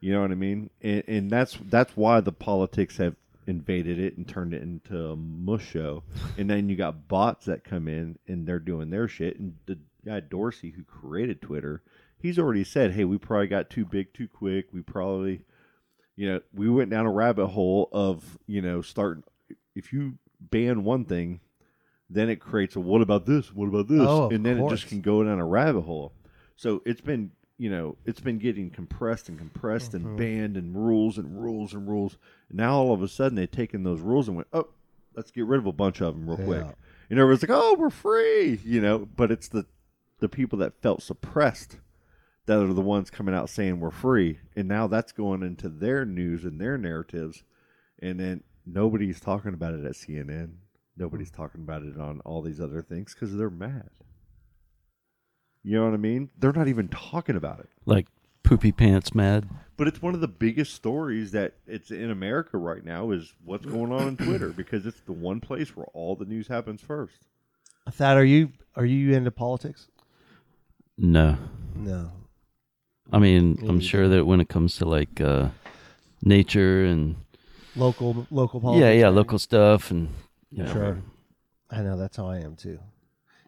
You know what I mean? And and that's that's why the politics have invaded it and turned it into a mush show. And then you got bots that come in and they're doing their shit and the guy Dorsey who created Twitter, he's already said, "Hey, we probably got too big too quick. We probably you know, we went down a rabbit hole of, you know, starting if you ban one thing, then it creates a what about this? What about this?
Oh, of
and then it
course.
just can go down a rabbit hole. So it's been, you know, it's been getting compressed and compressed
Mm-hmm.
and banned and rules and rules and rules. Now all of a sudden they've taken those rules and went, oh, let's get rid of a bunch of them real quick.
Yeah.
And everyone's like, oh, we're free, you know. But it's the the people that felt suppressed that are the ones coming out saying we're free, and now that's going into their news and their narratives, and then nobody's talking about it at CNN. Nobody's talking about it on all these other things because they're mad. You know what I mean? They're not even talking about it.
Like poopy pants mad.
But it's one of the biggest stories that it's in America right now is what's going on on Twitter because it's the one place where all the news happens first.
Thad, are you are you into politics?
No,
No.
I mean I'm sure that when it comes to like uh, nature and
Local local politics.
yeah, yeah, local stuff and you know,
Sure. I know that's how I am too.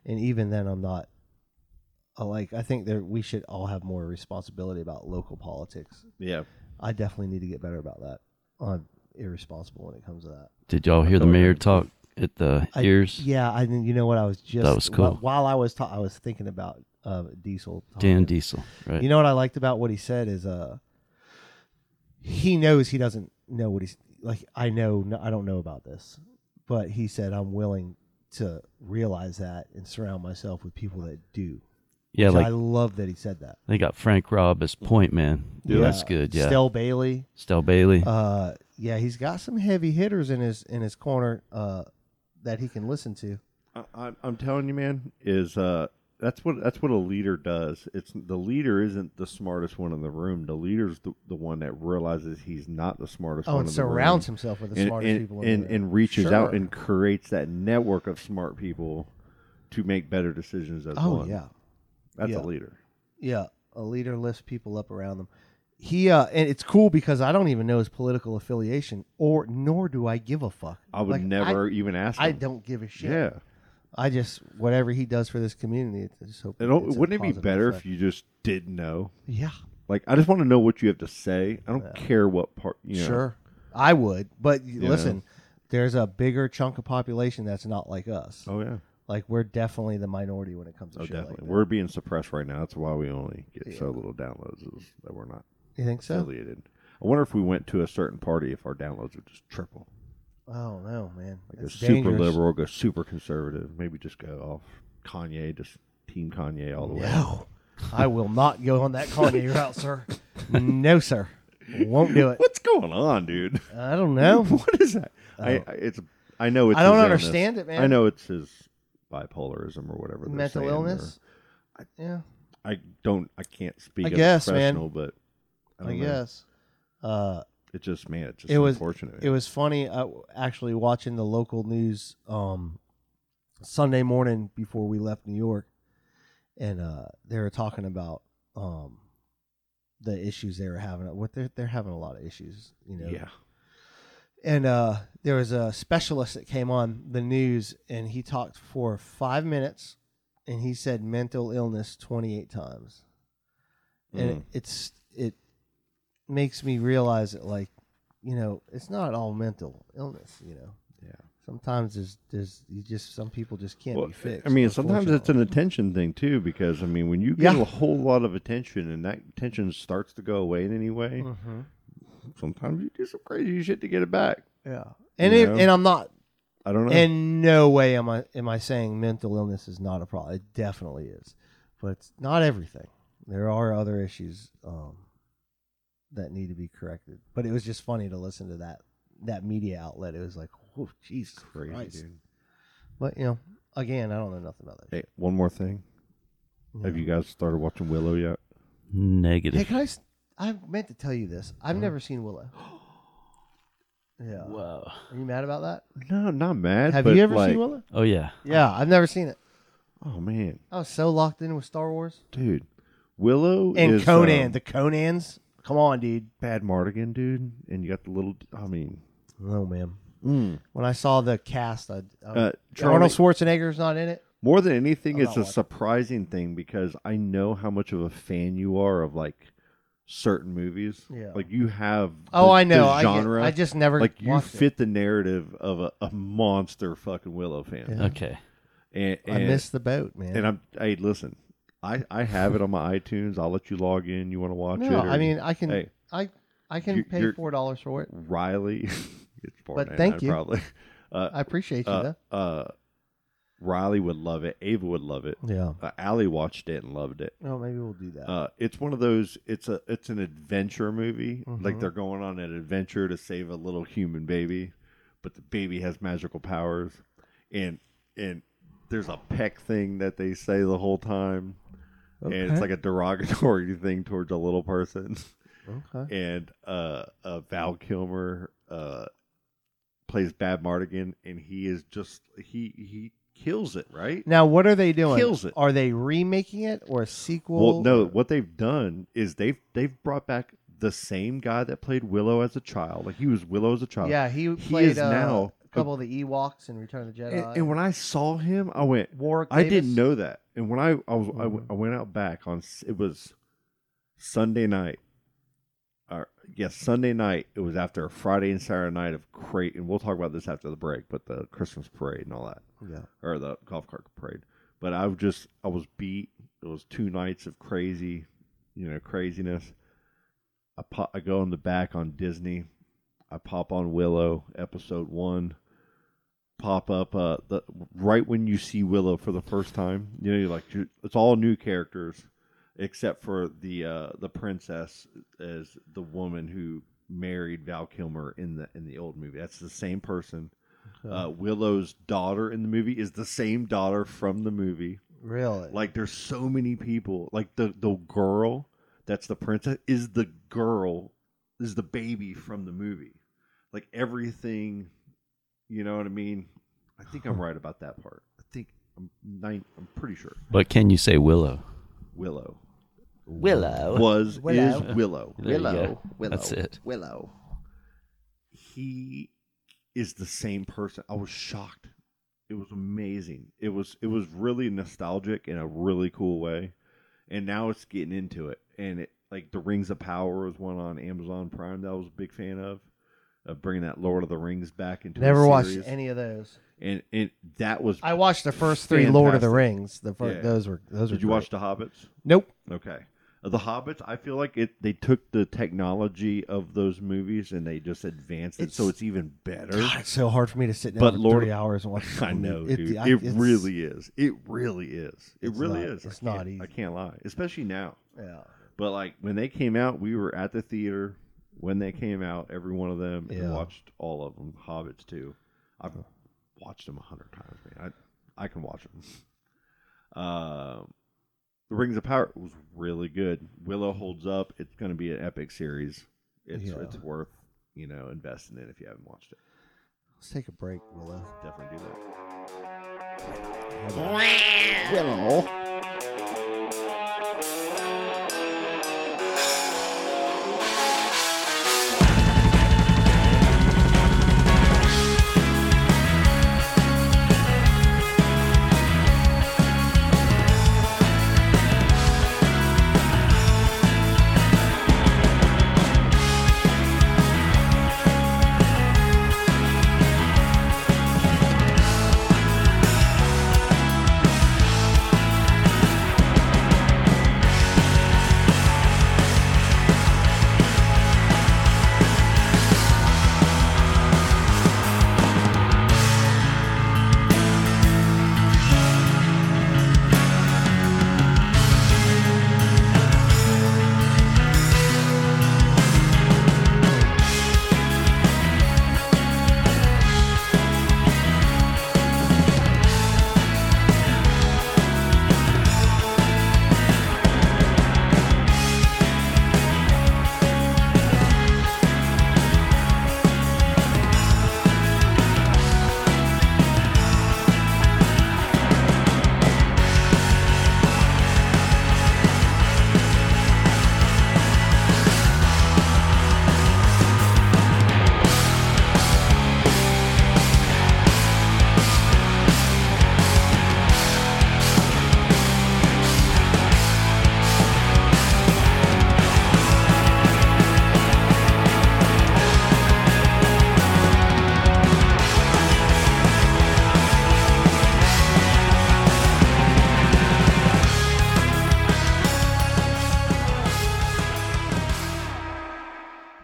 And even then I'm not I like I think that we should all have more responsibility about local politics.
Yeah.
I definitely need to get better about that. I'm irresponsible when it comes to that.
Did y'all hear the mayor talk at the
I,
ears?
Yeah, I didn't- you know what I was just
was cool.
wh- While I was ta- I was thinking about uh, Diesel.
Dan
talking.
Diesel, right?
You know what I liked about what he said is uh he knows he doesn't know what he's like I know no, I don't know about this. But he said I'm willing to realize that and surround myself with people that do.
yeah,
So
like
I love that he said that.
they got Frank Robb as point man. Yeah, that's good. Yeah,
Stell
Stell,
Bailey.
Bailey.
Uh yeah, he's got some heavy hitters in his in his corner uh that he can listen to. Oh,
I, I, I'm telling you, man, is uh, that's what that's what a leader does. It's the leader isn't the smartest one in the room. The leader's the, the one that realizes he's not the smartest.
Oh,
one
and
in the room.
surrounds himself with the
and,
smartest
and-
people in the
and,
room.
and reaches
Sure.
out and creates that network of smart people to make better decisions as
Oh
one.
yeah.
that's
yeah.
a leader.
Yeah, a leader lifts people up around them. He uh, and it's cool because I don't even know his political affiliation, or nor do I give a fuck.
I would
Like,
never even ask.
I, I
him.
don't give a shit.
Yeah,
I just whatever he does for this community. I just hope.
it
it's a
wouldn't it be
positive
better
effect.
if you just didn't know?
Yeah,
Like, I just want to know what you have to say. I don't care what part. You know,
sure, I would. But y listen, there's a bigger chunk of population that's not like us.
Oh yeah.
Like we're definitely the minority when it comes to
Oh,
shit
definitely.
like that.
we're being suppressed right now. That's why we only get so little downloads is that we're not
You think so?
affiliated. I wonder if we went to a certain party, if our downloads would just triple.
Oh no, man.
Like
That's
go super
dangerous.
liberal, go super conservative, maybe just go off Kanye, just team Kanye all the way.
No, I will not go on that Kanye route, sir. No, sir. Won't do it.
What's going on, dude?
I don't know.
what is that? I, I it's I know it's
Oh. I don't
his illness.
understand it, man.
I know it's his bipolarism or whatever. they're
Mental
saying, or-
illness. yeah,
I don't. I can't speak.
I
as a
guess, man.
professional, but I,
I,
don't know.
guess. Uh,
it just man. It's just
it was
unfortunate.
it was funny uh, actually watching the local news um, Sunday morning before we left New York, and uh, they were talking about um, the issues they were having. What they're they're having a lot of issues, you know.
yeah.
and uh, there was a specialist that came on the news and he talked for five minutes and he said mental illness 28 times and
Mm.
it, it's it makes me realize that like you know it's not all mental illness you know
Yeah.
sometimes there's there's you just some people just can't
Well,
be fixed
I mean, sometimes it's
unfortunately.
an attention thing too, because I mean, when you give
Yeah.
a whole lot of attention and that attention starts to go away in any way,
Mm-hmm.
sometimes you do some crazy shit to get it back.
yeah and
you
it,
know?
and i'm not
I don't know.
And no way am I am I saying mental illness is not a problem. It definitely is, but it's not everything. There are other issues um, that need to be corrected. But it was just funny to listen to that that media outlet. It was like, oh, jeez,
Crazy,
Christ.
dude.
But you know, again, I don't know nothing about that.
Hey, one more thing. Have
Mm.
you guys started watching Willow yet?
Negative.
Hey, can I? s- I meant to tell you this. I've never seen Willow. Yeah.
Wow.
Are you mad about that?
No, not mad.
Have
but,
you ever
like-
seen Willow?
Oh yeah.
Yeah, I've never seen it.
Oh man,
I was so locked in with Star Wars.
dude, Willow
and
is,
Conan,
um,
the Conans. Come on, dude.
Bad Mardigan, dude, and you got the little. I mean,
No, ma'am. When I saw the cast, I, Oh. I
Hmm. Uh, Charlie-
Arnold Schwarzenegger's not in it.
More than anything,
I'm
it's
not
a
watching.
surprising thing because I know how much of a fan you are of like certain movies.
Yeah.
Like you have.
Oh, I know. I
The
get-
genre.
I just never
like you
watched it.
fit the narrative of a, a monster fucking Willow fan.
Okay.
And, and,
I missed the boat, man.
And I'm. Hey, listen. I, I have it on my iTunes. I'll let you log in. You want to watch it?
no,
or-
I mean, I can,
Hey,
I, I can
You-
pay
you're-
four dollars for it.
Riley. it's
But
$4.99
thank you.
Probably. Uh,
I appreciate you,
uh,
though.
uh, Riley would love it. Ava would love it.
Yeah.
Uh, Allie watched it and loved it.
No, maybe we'll do that.
Uh, it's one of those. It's a. It's an adventure movie. Like they're going on an adventure to save a little human baby, but the baby has magical powers, and and there's a peck thing that they say the whole time, and it's like a derogatory thing towards a little person.
Okay.
and uh, uh, Val Kilmer uh, plays Bab Mardigan, and he is just he he kills it, right?
Now, what are they doing?
Kills it.
Are they remaking it or a
Well,
sequel?
no, what they've done is they've they've brought back the same guy that played Willow as a child. Like he was Willow as a child.
Yeah, he
He
played
is
uh,
now-
a couple of the Ewoks in Return of the Jedi.
And, and when I saw him, I went,
Warwick
I
Davis?
didn't know that. And when I I was I went-
Mhm.
I, went out back on s- it was Sunday night. Or yes, Sunday night. It was after a Friday and Saturday night of crate, and we'll talk about this after the break. But the Christmas parade and all that,
Yeah.
or the golf cart parade. But I was just I was beat. It was two nights of crazy, you know, craziness. I pop, I go in the back on Disney. I pop on Willow episode one. Pop up uh, the right when you see Willow for the first time. You know, you're like you- it's all new characters, except for the uh, the princess as the woman who married Val Kilmer in the in the old movie. That's the same person. Uh, Willow's daughter in the movie is the same daughter from the movie.
Really?
Like there's so many people. Like the the girl that's the princess is the girl is the baby from the movie. Like everything, you know what I mean? I think I'm right about that part. I think I'm nine, I'm pretty sure
But can you say Willow?
Willow
Willow.
was
Willow.
is Willow.
There you go. That's it.
Willow. He is the same person. I was shocked. It was amazing. It was it was really nostalgic in a really cool way. And now it's getting into it. And it like the Rings of Power was one on Amazon Prime that I was a big fan of. Of bringing that Lord of the Rings back into a
Never watched
series.
any of those.
and and that was
I watched the first three Lord of the
Fantastic.
Rings. The first,
Yeah.
those were those were.
Did you
great.
watch The Hobbits?
Nope.
Okay. The Hobbits, I feel like it they took the technology of those movies and they just advanced it so
It's-
it's even better.
God, it's so hard for me to sit down
But
for
Lord-
three hours and watch. a
I
movie.
know,
It-
dude.
I-
it
it's-
really is. It really is. It
It's
really
not-
is. I
it's not
can't-
easy.
I can't lie, especially now.
Yeah.
But like when they came out, we were at the theater when they came out, every one of them,
Yeah.
and watched all of them. Hobbits too. I've watched them a hundred times, man. I I can watch them. Um, the Rings of Power was really good. Willow holds up. It's going to be an epic series. It's
Yeah.
it's worth you know investing in if you haven't watched it.
Let's take a break, Willow.
Definitely do that.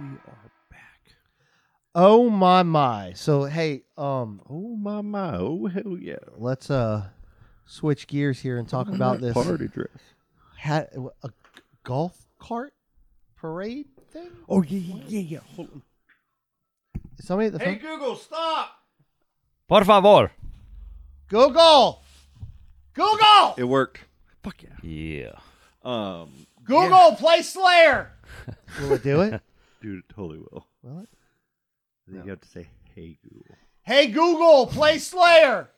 We are back.
Oh my my. So hey, um,
Oh my my! Oh hell yeah!
let's uh switch gears here and talk about this
Party dress.
ha- a g- golf cart parade thing.
Oh yeah yeah yeah yeah. Hold on.
Is somebody at the phone?
Google, stop!
Por favor.
Google, Google,
It worked. Fuck yeah.
Yeah.
Um,
Google, play Slayer. Will it do it?
Dude, it totally will.
Will it?
Then you have to say, hey, Google.
Hey Google, play Slayer.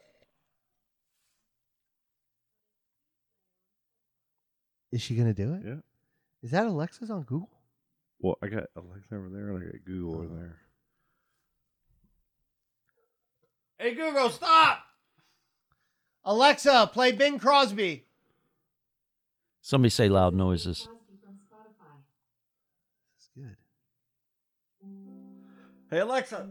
Is she gonna do it? Is
Yeah.
that Alexa's on Google?
Well, I got Alexa over there and I got Google over there.
Hey Google, stop! Alexa, play Bing Crosby.
Somebody say loud noises.
That's good.
Hey, Alexa.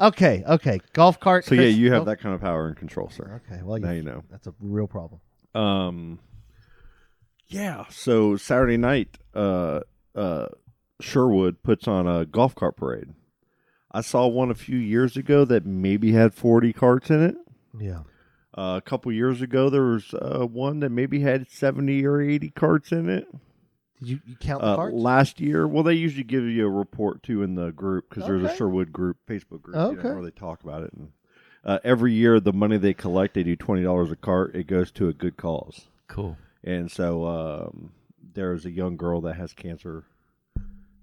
Okay, okay. Golf cart.
So, yeah,
Chris-
you have
oh,
that kind of power and control, sir.
Okay, well, you,
Now you know.
that's a real problem.
Um, yeah. So Saturday night, uh, uh, Sherwood puts on a golf cart parade. I saw one a few years ago that maybe had forty carts in it.
Yeah.
Uh, a couple years ago, there was uh, one that maybe had seventy or eighty carts in it.
Did you, you count the
Uh,
carts?
last year, well, they usually give you a report too in the group because there's
Okay.
a Sherwood group, Facebook group, you
Okay.
know, where they talk about it. And uh, every year, the money they collect, they do twenty dollars a cart. It goes to a good cause.
Cool.
and so um, there's a young girl that has cancer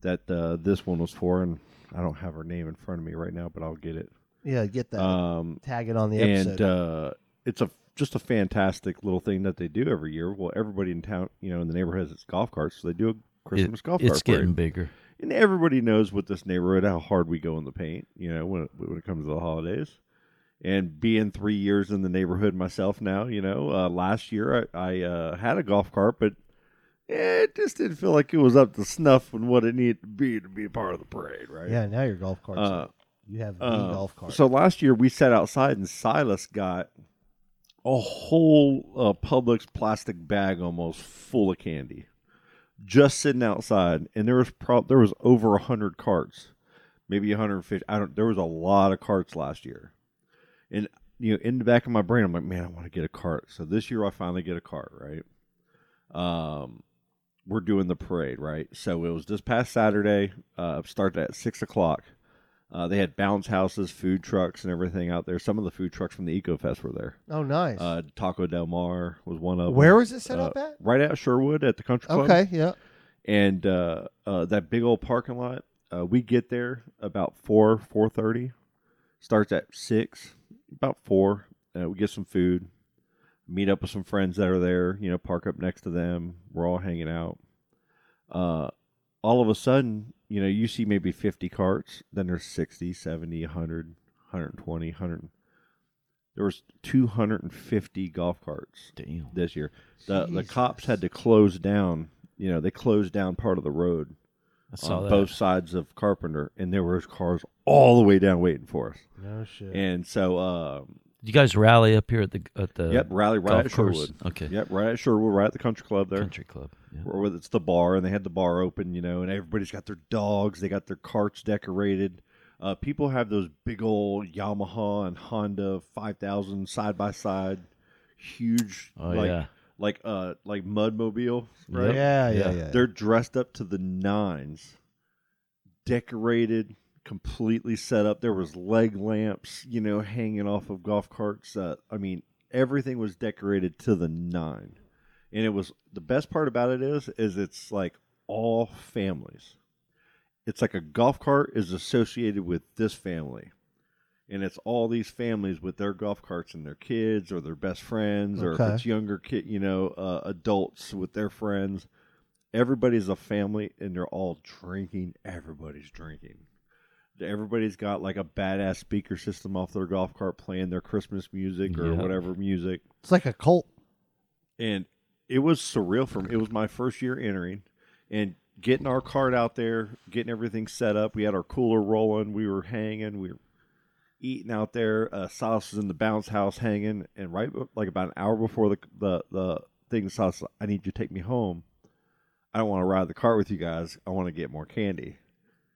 that uh, this one was for, and I don't have her name in front of me right now, but I'll get it.
yeah, get that.
Um,
tag it on the episode.
and uh, it's a just a fantastic little thing that they do every year. Well, everybody in town, you know, in the neighborhood has its golf carts, so they do a
It-
Christmas golf
it's
cart parade
getting bigger.
and everybody knows with this neighborhood how hard we go in the paint. You know, when it, when it comes to the holidays, and being three years in the neighborhood myself now, you know, uh, last year I, I uh, had a golf cart, but eh, it just didn't feel like it was up to snuff and what it needed to be to be a part of the parade, right?
yeah, now your golf carts.
Uh,
you have the
uh,
golf cart.
So last year we sat outside and Silas got a whole uh, Publix plastic bag almost full of candy, just sitting outside, and there was pro- there was over hundred carts, maybe 150. I don't. There was a lot of carts last year, and you know, in the back of my brain, I'm like, man, I want to get a cart. So this year I finally get a cart, right? Um. We're doing the parade, right? So it was this past Saturday. Uh, started at six o'clock. Uh, they had bounce houses, food trucks, and everything out there. Some of the food trucks from the EcoFest were there.
oh, nice.
Uh, Taco Del Mar was one of them.
Where was it set
Uh,
up at?
Right at Sherwood at the Country Club.
Okay, yeah.
And uh, uh, that big old parking lot. Uh, we get there about four, four thirty. Starts at six, about four. Uh, we get some food, meet up with some friends that are there. You know, park up next to them. We're all hanging out. Uh, all of a sudden, you know, you see maybe 50 carts, then there's 60, 70, 100, 120, 100. There was 250 golf carts
Damn.
this year. The the
Jesus.
cops had to close down, you know, they closed down part of the road
I saw
on
that.
both sides of Carpenter and there was cars all the way down waiting for us.
No shit.
And so um
Did you guys rally up here at the at the
yep, rally right
golf
at
course?
Sherwood.
Okay.
Yep, right at Sherwood, right at the country club there.
Country club. Yeah.
or whether it's the bar and they had the bar open, you know, and everybody's got their dogs, they got their carts decorated. Uh, people have those big old Yamaha and Honda 5000 side by side, huge,
Oh,
like
yeah.
like uh like mudmobile, right?
Yeah, yeah,
Yeah.
yeah.
They're dressed up to the nines, decorated, completely set up. There was leg lamps, you know, hanging off of golf carts. Uh, I mean, everything was decorated to the nine, and it was the best part about it is is it's like all families. It's like a golf cart is associated with this family. And it's all these families with their golf carts and their kids or their best friends or if
Okay.
it's younger kid, you know, uh, adults with their friends everybody's a family and they're all drinking. Everybody's drinking. Everybody's got like a badass speaker system off their golf cart playing their Christmas music or
Yeah.
whatever music.
it's like a cult.
And it was surreal for me. It was my first year entering and getting our cart out there, getting everything set up. We had our cooler rolling. We were hanging. We were eating out there. Uh, Silas was in the bounce house hanging. And right be- like about an hour before the the, the thing, Silas, was like, I need you to take me home. I don't want to ride the cart with you guys. I want to get more candy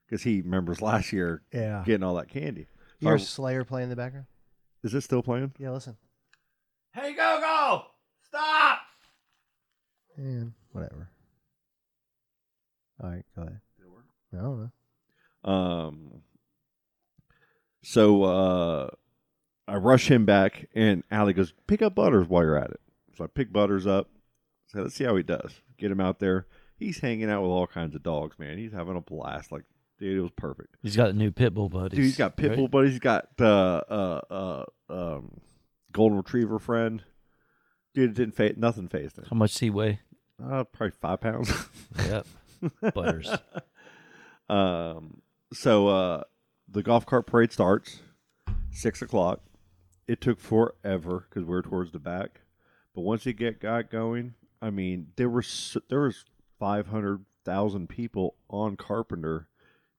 because he remembers last year
Yeah.
getting all that candy. So
Here's
I-
Slayer playing in the background.
is it still playing?
Yeah, listen.
Hey, go, go! Stop!
And whatever. All right, go ahead. I don't know.
Um, so uh, I rush him back, and Allie goes, "Pick up Butters while you're at it." So I pick Butters up. So let's see how he does. Get him out there. He's hanging out with all kinds of dogs, man. He's having a blast. Like, dude, it was perfect.
He's got new pit bull buddies.
Dude, he's got pit
right?
bull buddies. He's got uh, uh, uh, um, golden retriever friend. Dude, it didn't fa- nothing phased him.
How much does he weigh?
Uh, probably five pounds.
Yep. Butters.
Um, so uh, the golf cart parade starts six o'clock. It took forever because we are towards the back, but once it get got going, I mean, there were s there was five hundred thousand people on Carpenter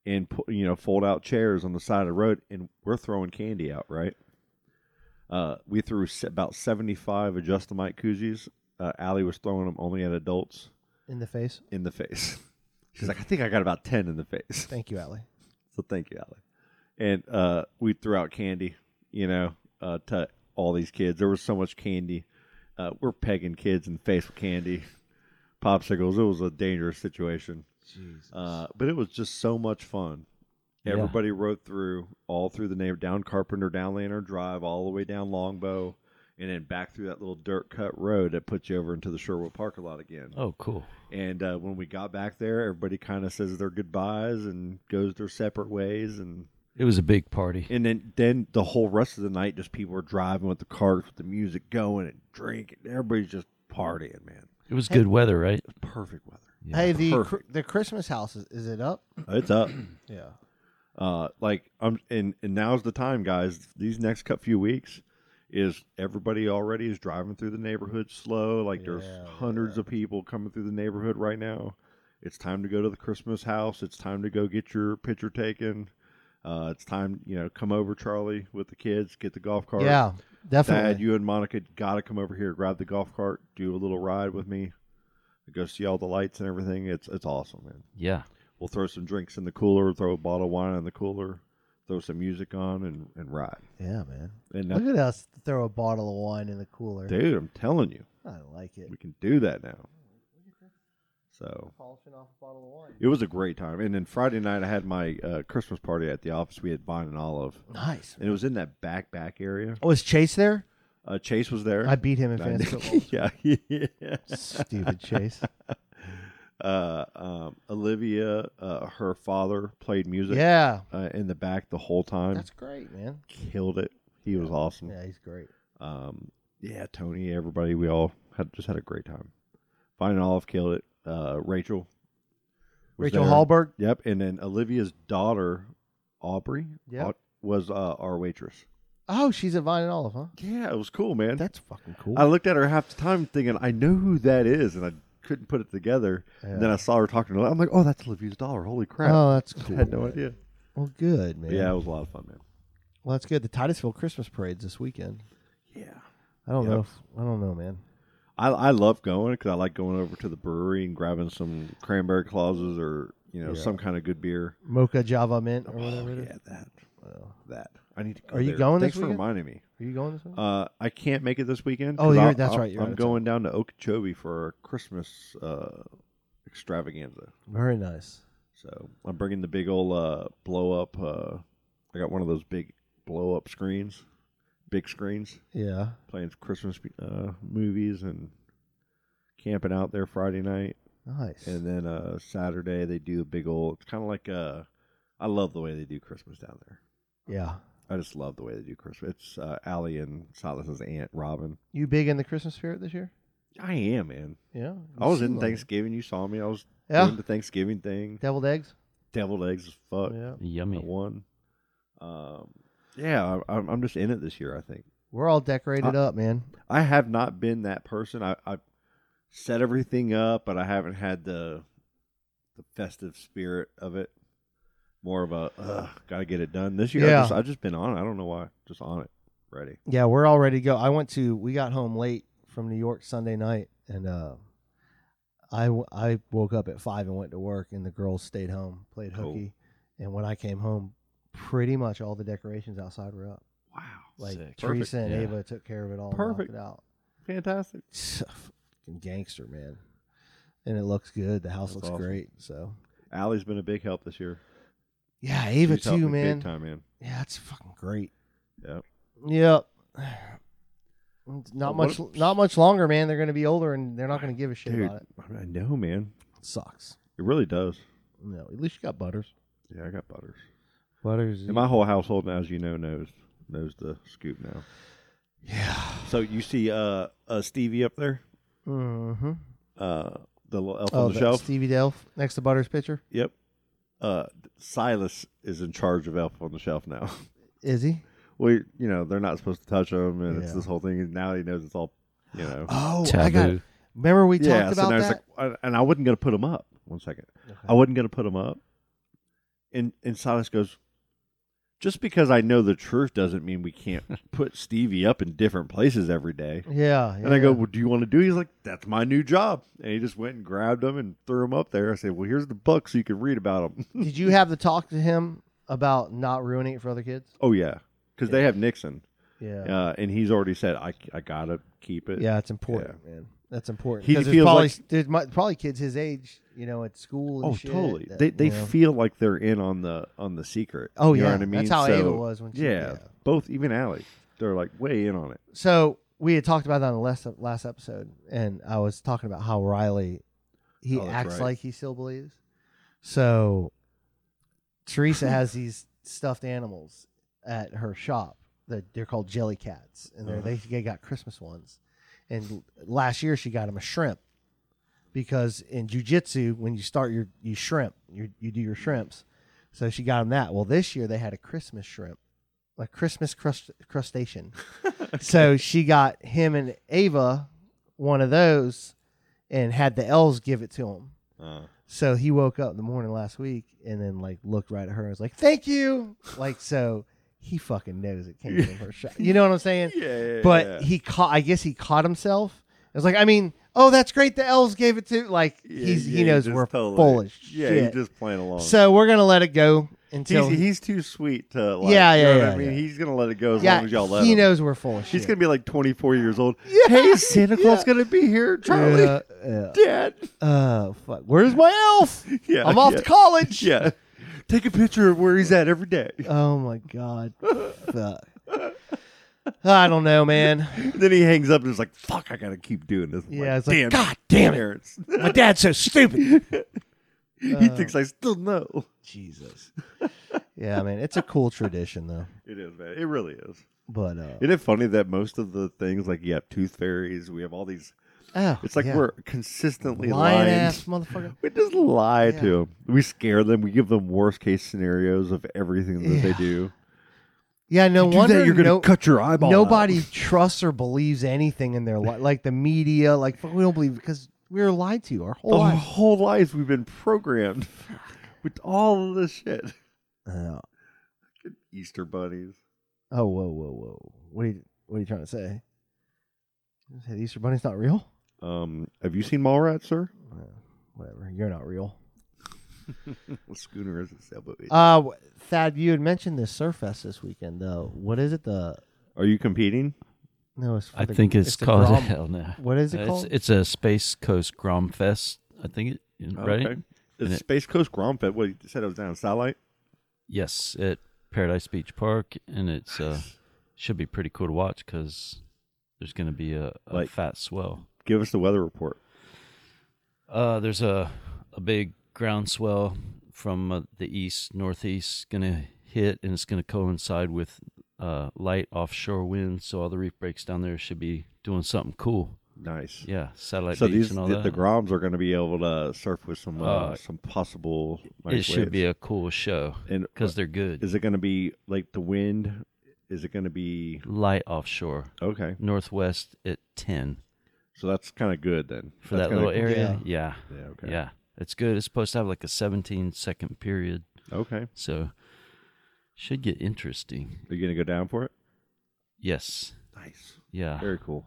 in pu- you know fold out chairs on the side of the road, and we're throwing candy out, right? Uh, we threw s- about seventy five adjustamite koozies. Uh, Allie was throwing them only at adults
in the face.
in the face. She's like, I think I got about ten in the face.
Thank you, Allie.
So thank you, Alec. And uh, we threw out candy, you know, uh, to all these kids. There was so much candy. Uh, we're pegging kids in the face with candy, popsicles. It was a dangerous situation. Uh, but it was just so much fun. Everybody rode through, all through the neighbor, down Carpenter, down Lantern Drive, all the way down Longbow, and then back through that little dirt cut road that puts you over into the Sherwood Park a lot again.
Oh, cool.
And uh, when we got back there, everybody kind of says their goodbyes and goes their separate ways. And
It was a big party.
and then then the whole rest of the night, just people are driving with the cars with the music going and drinking. Everybody's just partying, man.
It was good weather, right?
Perfect weather.
Hey, the cr- the Christmas house is, is it up?
It's up.
Yeah.
Uh, like I'm, and and now's the time, guys. These next cut few weeks is everybody already is driving through the neighborhood slow. Like there's hundreds of people coming through the neighborhood right now. It's time to go to the Christmas house. It's time to go get your picture taken. Uh, it's time, you know, come over, Charlie, with the kids, get the golf cart.
Yeah, definitely.
Dad, you and Monica gotta come over here, grab the golf cart, do a little ride with me, go see all the lights and everything. It's it's awesome, man.
Yeah.
We'll throw some drinks in the cooler, throw a bottle of wine in the cooler, throw some music on, and, and ride.
yeah, man.
And that,
Look at us throw a bottle of wine in the cooler.
dude, I'm telling you,
I like it.
we can do that now. So
Polishing off a bottle of wine.
it was a great time. And then Friday night, I had my uh, Christmas party at the office. We had Vine and Olive,
Nice.
and it was in that back back area.
Was Chase there?
Uh, Chase was there.
I beat him in fantasy football.
yeah, yeah.
Stupid Chase.
Uh, um, Olivia, uh, her father played music
Yeah,
uh, in the back the whole time.
that's great, man.
Killed it. He was awesome.
Yeah, he's great.
um, yeah, Tony, everybody, we all had just had a great time. Vine and Olive killed it. Uh, Rachel, was
Rachel
there.
Hallberg.
Yep, and then Olivia's daughter, Aubrey,
Yep.
au- was uh, our waitress.
Oh, she's at Vine and Olive, huh?
Yeah, it was cool, man.
That's fucking cool.
I looked at her half the time thinking I know who that is, and I couldn't put it together. And then I saw her talking to. I'm like, oh, that's Olivia's daughter. Holy crap!
oh, that's
I
cool.
had no idea.
Well, good, man.
Yeah. it was a lot of fun, man.
Well, that's good. The Titusville Christmas parade's this weekend.
Yeah.
I don't
Yep.
know. If, I don't know, man.
I, I love going because I like going over to the brewery and grabbing some cranberry clauses or you know some kind of good beer.
Mocha Java Mint or
Oh,
whatever. it is.
yeah, that that I need to. Go
Are you
there.
going
Thanks
this
for
weekend?
reminding me.
Are you going this way?
Uh, I can't make it this weekend.
Oh,
'cause
you're-
I'll-
that's
I'll-
right, you're
I'm
right, that's
going down to Okeechobee for our Christmas uh, extravaganza,
Very nice.
so I'm bringing the big old uh, blow up. Uh, I got one of those big blow up screens, big screens,
Yeah.
playing Christmas uh, movies and camping out there Friday night.
Nice.
And then uh Saturday they do a big old it's kinda like uh I love the way they do Christmas down there.
yeah.
I just love the way they do Christmas. It's uh Allie and Silas's aunt Robin.
You big in the Christmas spirit this year?
I am, man.
Yeah. you
I was
seem
in
like it.
Thanksgiving, you saw me. I was
Yeah.
doing the Thanksgiving thing.
Deviled eggs.
Deviled eggs as fuck.
Yeah.
I
Yummy.
won. Um yeah, I, I'm I'm just in it this year. I think
We're all decorated up, man.
I have not been that person. I, I've set everything up, but I haven't had the the festive spirit of it. More of a Ugh, gotta get it done this year.
Yeah.
I just, I've just been on. it. I don't know why. Just on it, ready.
Yeah, we're all ready to go. I went to. We got home late from New York Sunday night, and uh, I w- I woke up at five and went to work, and the girls stayed home, played
Cool.
hooky, and when I came home, pretty much all the decorations outside were up.
Wow,
Like
Sick.
Teresa and
Yeah.
Ava took care of it all. and knocked
Perfect.
it out.
fantastic.
Fucking gangster, man. And it looks good. The house
That's
looks
awesome.
great. So
Allie's been a big help this year.
yeah, Ava
She's helped
too,
me
man.
Big time, man.
Yeah, that's fucking great.
Yep.
Yep. It's Not
What-
much. Not much longer, man. They're going to be older, and they're not going to give a shit
Dude,
about it.
I know, man.
Sucks.
It really does.
No, at least you got butters.
Yeah, I got butters.
Butters.
And my whole household now, as you know, knows knows the scoop now. Yeah. So you see uh, uh Stevie up there?
Mm-hmm.
Uh the little elf
Oh,
on the
that
shelf?
Stevie Delph next to Butters' picture.
Yep. Uh Silas is in charge of Elf on the Shelf now.
Is he?
well, you know, they're not supposed to touch him and it's
Yeah.
this whole thing and now he knows it's all, you know.
Oh, I got.
Taboo.
It. Remember we
yeah,
talked
so
about
now it's
that.
like I- and I wasn't going to put him up. One second. I wasn't going to put him up. And and Silas goes, "Just because I know the truth doesn't mean we can't put Stevie up in different places every day."
yeah, yeah.
And I go, well, do you want to do? it?" He's like, that's my new job. And he just went and grabbed them and threw them up there. I said, well, here's the book so you can read about them.
Did you have the talk to him about not ruining it for other kids?
oh, yeah. Because they have Nixon.
Yeah.
Uh, and he's already said, I, I got to keep it.
Yeah, it's important, man. That's important.
He
'Cause there's
feels
probably,
like-
there's mi- probably kids his age, you know, at school. And
Oh,
shit
totally.
that,
they they
you know.
feel like they're in on the on the secret.
Oh,
You know
yeah.
what I mean?
That's how Ava
So,
was when she-
yeah,
yeah.
Both, even Allie, they're like way in on it.
So we had talked about that on the last last episode, and I was talking about how Riley he
Oh, that's
acts
right.
like he still believes. So Teresa has these stuffed animals at her shop that they're called jelly cats, and
Uh-huh.
they're, they they got Christmas ones. And l- last year she got him a shrimp because in jujitsu, when you start your you shrimp, you you do your shrimps. So she got him that. Well, this year they had a Christmas shrimp, a Christmas crust, crustacean. So she got him and Ava one of those, and had the elves give it to him.
Uh.
So he woke up in the morning last week and then like looked right at her and was like, "Thank you." Like so, he fucking knows it came from her shop. You know what I'm saying?
Yeah.
but he caught i guess he caught himself it was like i mean oh that's great the elves gave it to like he's he knows we're full of
Yeah,
shit.
he's just playing along.
so we're gonna let it go until
he's, he's too sweet to like.
Yeah,
you
yeah,
know what I
yeah,
mean,
yeah.
he's gonna let it go as
yeah
long as y'all let
he
him.
knows we're full of
She's
shit
gonna be like 24 years old. Hey, is Santa Claus gonna be here, Charlie?
Yeah, yeah.
Dad.
Uh, fuck. Where's my elf?
Yeah,
I'm off
yeah.
to college.
Yeah. Take a picture of where he's at every day.
Oh my god. Fuck. I don't know, man.
then he hangs up and is like, "Fuck, I gotta keep doing this." I'm
Yeah, it's like,
damn,
"God damn it."
parents."
My dad's so stupid.
he
Uh.
thinks I still know.
Jesus. Yeah, man. It's a cool tradition though.
It is, man. It really is.
But uh,
Isn't it funny that most of the things like you have tooth fairies, we have all these.
oh,
It's like
yeah.
we're consistently
lying,
lying.
ass motherfucker.
We just lie
Yeah.
to them. We scare them. We give them worst case scenarios of everything that they
Yeah.
do.
Yeah, no
You do
wonder
that, you're gonna
no-
cut your eyeball. out.
Nobody trusts or believes anything in their life, like the media. Like fuck, we don't believe because we were lied to our whole
Our
life.
whole lives we've been programmed with all of this shit.
Oh.
Easter bunnies.
oh, whoa, whoa, whoa! What are you, what are you trying to say? You said Easter Bunny's not real.
Um, have you seen Mallrats, sir?
Whatever, you're not real.
What schooner is it? Sailboat.
Uh, w- Thad, you had mentioned this Surf Fest this weekend, though. What is it? The
Are you competing?
no, it's for
I
the-
think it's,
the
called
Grom-
hell no.
What is it
it's,
called?
It's a Space Coast Grom Fest. I think it right.
Oh, Okay. It's Space Coast Gromp at what you said it was down in Satellite.
Yes, at Paradise Beach Park, and it's uh should be pretty cool to watch because there's going to be a, a
Like-
fat swell.
Give us the weather report.
Uh, there's a a big groundswell from uh, the east northeast going to hit, and it's going to coincide with uh, light offshore winds. So all the reef breaks down there should be doing something cool.
Nice.
Yeah, satellite
so
beach
these
and all
the,
that.
the Groms are going to be able to surf with some uh,
Uh,
some possible. Nice
it should
waves.
be a cool show
And- uh,
because they're good.
Is it going to be like the wind? Is it going to be
light offshore
okay?
northwest at 10
So that's kind of good then
for
That's
that little
kinda
area yeah
cool. Yeah. Okay.
yeah it's good it's supposed to have like a 17 second period
Okay. Are
so should get interesting
you going to go down for it?
yes
Nice.
yeah
Very cool.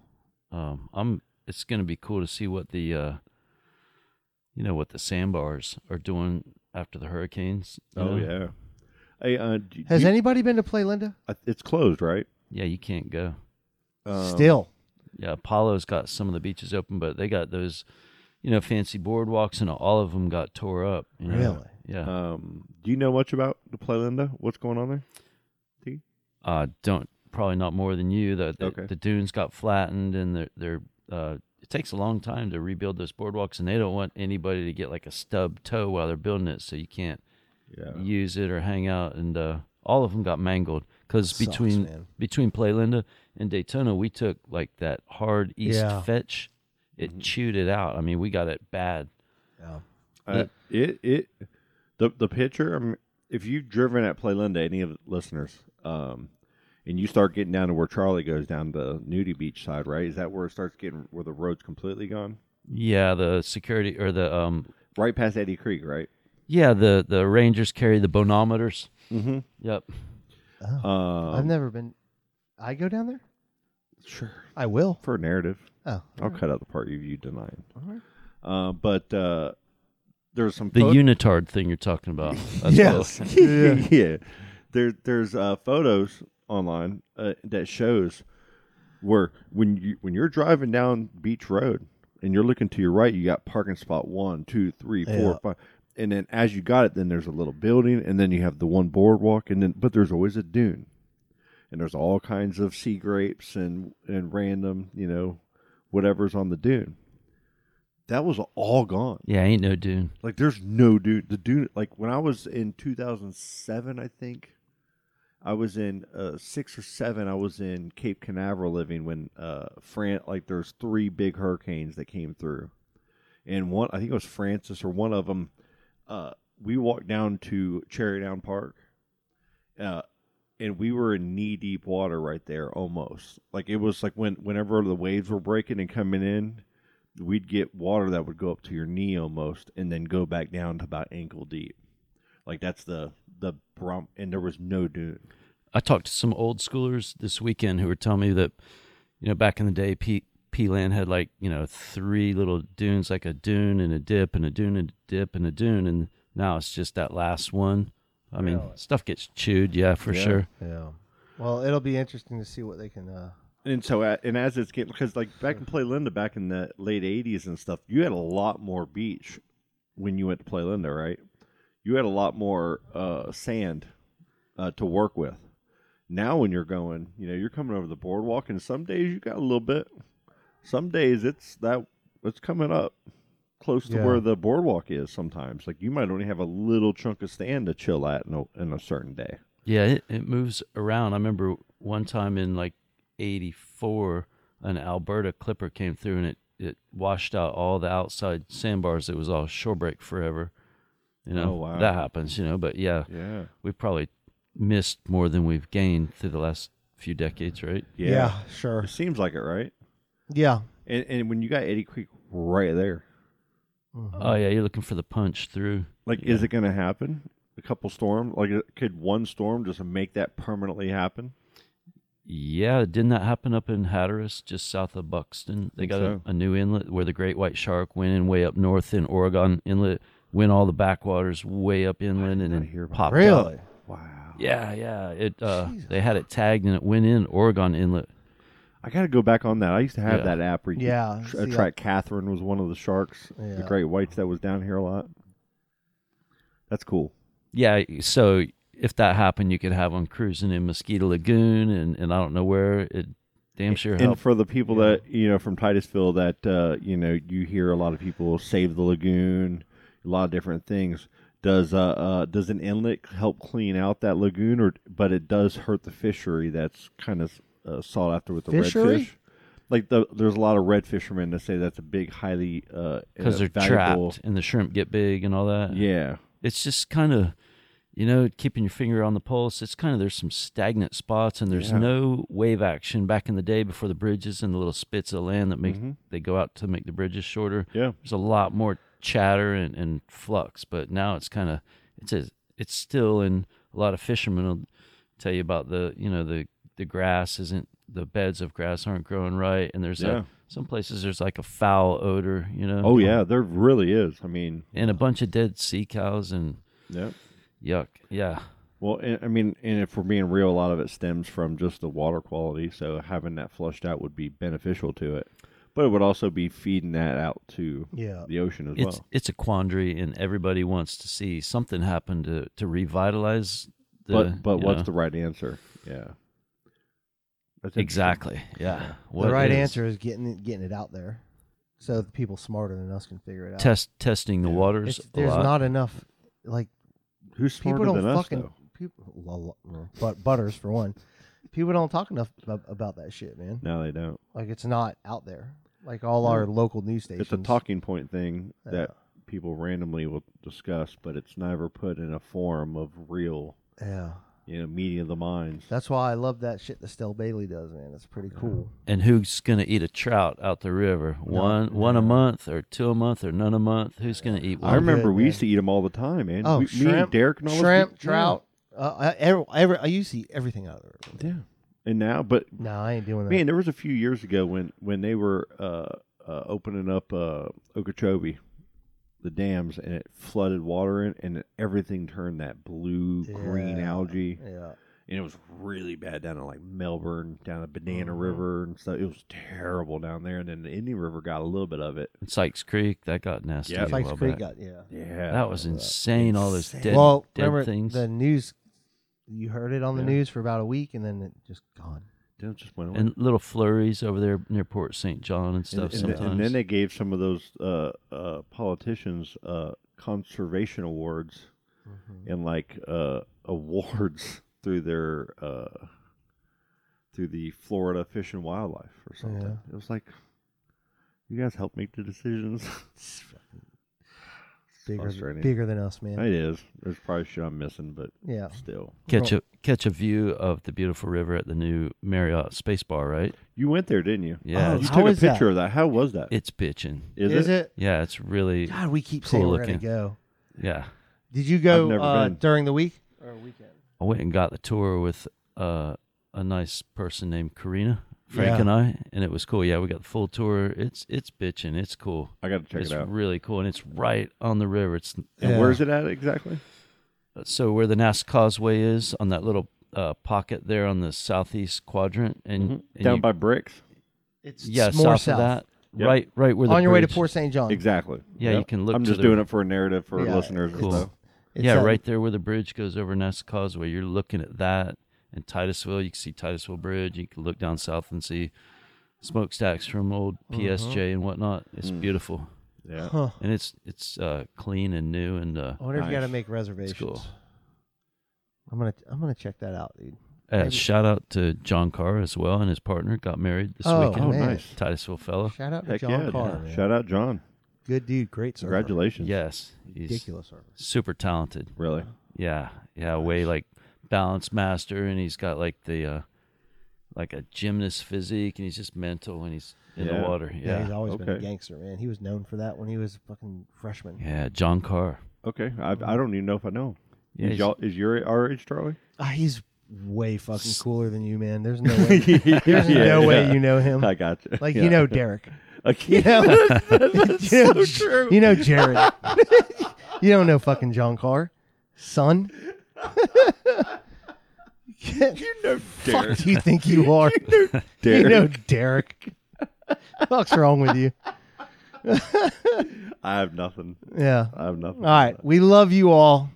um i'm it's gonna be cool to see what the uh you know what the sandbars are doing after the hurricanes you
Oh
know?
yeah. Hey, uh, do,
Has
do you-
anybody been to play Linda?
uh, it's closed, right?
yeah you can't go
Um,
Still,
Yeah, Apollo's got some of the beaches open, but they got those, you know, fancy boardwalks, and all of them got tore up. you know?
Really?
Uh,
Yeah.
Um, do you know much about the Playlinda? What's going on there?
Uh, don't probably not more than you. The the,
Okay.
the dunes got flattened, and they're, they're uh, it takes a long time to rebuild those boardwalks, and they don't want anybody to get like a stub toe while they're building it, so you can't
Yeah.
use it or hang out. And uh, all of them got mangled because
Sucks,
between
man.
between Playlinda and Daytona, we took like that hard east
Yeah. Mm-hmm.
fetch. It chewed it out. I mean, we got it bad.
Yeah.
Uh, it it the the picture. I mean, if you've driven at Playlinda, any of the listeners, um, and you start getting down to where Charlie goes down the Nudie Beach side, right? Is that where it starts getting where the road's completely gone?
Yeah, the security or the um
Right past Eddie Creek, right?
yeah, the the rangers carry the bonometers.
Mm-hmm.
Mhm.
Yep.
Um,
I've never been. I go down there.
sure
I will.
for narrative.
Oh,
I'll cut out the part you you denying. Uh, but uh, there's some
The
photo-
unitard thing you're talking about. Uh, That's
yes.
what-
yeah. There, there's uh, photos online uh, that shows where when you when you're driving down Beach Road and you're looking to your right, you got parking spot one, two, three, four, five,
Yeah.
and then as you got it, then there's a little building, and then you have the one boardwalk, and then but there's always a dune, and there's all kinds of sea grapes and and random you know whatever's on the dune. That was all gone.
yeah, ain't no dune.
Like there's no dude. The dude like when I was in 2007, I think I was in uh, six or seven. I was in Cape Canaveral living when uh France like there's three big hurricanes that came through, and one I think it was Francis or one of them. Uh, we walked down to Cherry Down Park, uh, and we were in knee deep water right there almost. Like it was like when whenever the waves were breaking and coming in, we'd get water that would go up to your knee almost and then go back down to about ankle deep. Like that's the the brum and there was no dune.
I talked to some old schoolers this weekend who were telling me that, you know, back in the day, P, P land had like, you know, three little dunes, like a dune and a dip and a dune and a dip and a dune. And now it's just that last one. I mean, stuff gets chewed. Yeah, for sure.
yeah. Well, it'll be interesting to see what they can. Uh,
And so a- and as it's getting because like back in Play Linda back in the late eighties and stuff, you had a lot more beach when you went to Play Linda, right? You had a lot more uh, sand uh, to work with. Now when you're going, you know, you're coming over the boardwalk and some days you got a little bit. Some days it's that it's coming up. close to
Yeah.
where the boardwalk is sometimes. Like you might only have a little chunk of stand to chill at in a, in a certain day.
Yeah, it, it moves around. I remember one time in like 84, an Alberta clipper came through and it, it washed out all the outside sandbars. It was all shore break forever. You know,
Oh, wow.
that happens, you know, but yeah.
Yeah.
we've probably missed more than we've gained through the last few decades, right?
Yeah.
sure.
It seems like it, right?
Yeah,
And, and when you got Eddie Creek right there, Uh-huh.
Oh yeah, you're looking for the punch through.
like, is it going to happen? A couple storm, like, uh, could one storm just make that permanently happen?
Yeah, didn't that happen up in Hatteras, just south of Buxton? They
Think
got
so.
a, a new inlet where the great white shark went in way up north in Oregon inlet, went all the backwaters way up inland and then popped up.
really.
Wow.
Yeah, yeah. It uh, they had it tagged and it went in Oregon inlet.
I got to go back on that. I used to have
Yeah.
that app where you
Yeah,
tr-
see,
track. Catherine was one of the sharks, the
Yeah.
great whites that was down here a lot. That's cool.
yeah, so if that happened, you could have them cruising in Mosquito Lagoon and, and I don't know where. It damn sure helped.
And for the people that you know from Titusville, that uh, you know you hear a lot of people save the lagoon, a lot of different things. Does uh, uh does an inlet help clean out that lagoon, or but it does hurt the fishery that's kind of uh, sought after with the
Fishery?
redfish. Like the, there's a lot of red fishermen that say that's a big, highly uh,
because
uh,
they're
valuable-
trapped and the shrimp get big and all that.
Yeah,
It's just kind of, you know, keeping your finger on the pulse. It's kind of there's some stagnant spots and there's
Yeah.
no wave action back in the day before the bridges and the little spits of land that make they go out to make the bridges shorter.
Mm-hmm. Yeah.
There's a lot more chatter and, and flux, but now it's kind of it's a, it's still and a lot of fishermen will tell you about the you know the the grass isn't the beds of grass aren't growing right and there's
Yeah.
a, some places there's like a foul odor you know
Oh yeah, there really is. I mean,
and a bunch of dead sea cows and
yeah.
yuck. Yeah.
Well, and, I mean, and if we're being real, a lot of it stems from just the water quality. So having that flushed out would be beneficial to it, but it would also be feeding that out to
Yeah.
the ocean as
It's
well.
it's a quandary and everybody wants to see something happen to to revitalize the
but but
you
what's
know.
the right answer? Yeah, That's interesting.
Exactly. Yeah. What
the right
is-
answer is getting it, getting it out there, so the people smarter than us can figure it out.
Test testing the waters.
It's-
a
there's
lot.
not enough. Like
Who's smarter
people don't
than us,
fucking
though?
people. Well, well, but butters for one. People don't talk enough ab- about that shit, man.
No, they don't.
Like it's not out there. Like all our local news stations.
It's a talking point thing that
Yeah.
people randomly will discuss, but it's never put in a form of real,
Yeah,
you know, media of the minds.
that's why I love that shit that Stell Bailey does, man. It's pretty cool.
and who's going to eat a trout out the river? One one a month, or two a month, or none a month? Who's going to eat one?
I remember
good,
we
man.
used to eat them all the time, man.
Oh,
we, me and
shrimp,
Derek and all us,
shrimp,
we- yeah.
trout. Uh, I, every, every, I used to eat everything out of the river.
Yeah. And now, but
No, I ain't doing that.
man, there was a few years ago when when they were uh, uh, opening up uh, Okeechobee, the dams, and it flooded water in, and everything turned that blue green
Yeah.
algae,
yeah,
and it was really bad down in like Melbourne, down at Banana
Mm-hmm.
River, and stuff. It was terrible down there, and then the Indian River got a little bit of it.
Sykes Creek that got nasty.
Yeah.
a
Fikes
while
Creek
back.
got yeah.
Yeah,
that was insane. All those dead,
well,
dead
remember
things.
the news. You heard it on the
Yeah.
news for about a week, and then it just gone.
Then it just went away.
and little flurries over there near Port St. John and
And-
stuff
and,
sometimes.
and then they gave some of those uh, uh, politicians uh, conservation awards and like uh, awards through their uh, through the Florida Fish and Wildlife or something. It was like you guys helped make the decisions.
Bigger,
Frustrating.
bigger than us, man.
it is. There's probably shit I'm missing, but
Yeah,
still,
catch a catch a view of the beautiful river at the new Marriott Space Bar, right?
you went there, didn't you?
Yeah,
you
it's-
how
took a
is that?
picture of that. How was that?
It's bitching.
Is
is
it?
it?
Yeah, it's really
God, we keep
Cool
saying we're gonna
looking.
go.
yeah.
Did you go
I've never
uh,
been.
during the week?
I went and got the tour with uh, a nice person named Karina Frank
Yeah.
and I, and it was cool. Yeah, we got the full tour. It's it's bitching. It's cool.
I got to check
it's
it out.
really cool, and it's right on the river. It's
and
Yeah.
where is it at exactly?
so where the NASA Causeway is on that little uh, pocket there on the southeast quadrant, and, Mm-hmm. and
Mm-hmm. Down
you-
by Bricks.
It's
yeah,
s- more
south, of that,
Yep.
right, right where the
on your way to
bridge-
Port St. John.
Exactly.
Um, Yeah, you can look
I'm
to
just
the-
doing it for a narrative for
Yeah,
listeners. and
cool.
stuff.
It's
yeah,
that-
right there where the bridge goes over NASA Causeway. You're looking at that and Titusville. You can see Titusville Bridge. You can look down south and see smokestacks from old
Mm-hmm.
PSJ and whatnot. It's
Mm.
beautiful,
Yeah.
Huh.
and it's it's uh, clean and new and uh,
I wonder if you got to
Nice.
make reservations.
cool.
I'm gonna I'm gonna check that out, dude.
uh, shout out to John Carr as well and his partner got married this
Oh,
weekend.
oh,
nice.
Titusville fellow.
Shout out to
Heck
John
yeah.
Carr.
dude.
man.
Shout out John.
Good dude, great surfer.
Congratulations.
Yes, he's
Ridiculous surfer.
super talented.
Really.
Yeah, yeah, way like balance master, and he's got like the uh like a gymnast physique, and he's just mental when he's in
Yeah.
the water.
Yeah,
Yeah,
he's always been a
Okay.
gangster, man. He was known for that when he was a fucking freshman.
yeah, John Carr.
Okay. I, I don't even know if I know.
Yeah,
is,
he's-
y'all, is your our age, Charlie?
Ah, he's way fucking cooler than you, man. There's no way. There's no way you know him.
I got you.
Like
Yeah.
you know Derek.
Like,
You know, you know, you know Jared. you don't know fucking John Carr, son. you know Derek. Fuck do you think you are? you, know
Derek.
Derek. Fuck's wrong with you?
I have nothing.
Yeah.
I have nothing.
All right. We love you all.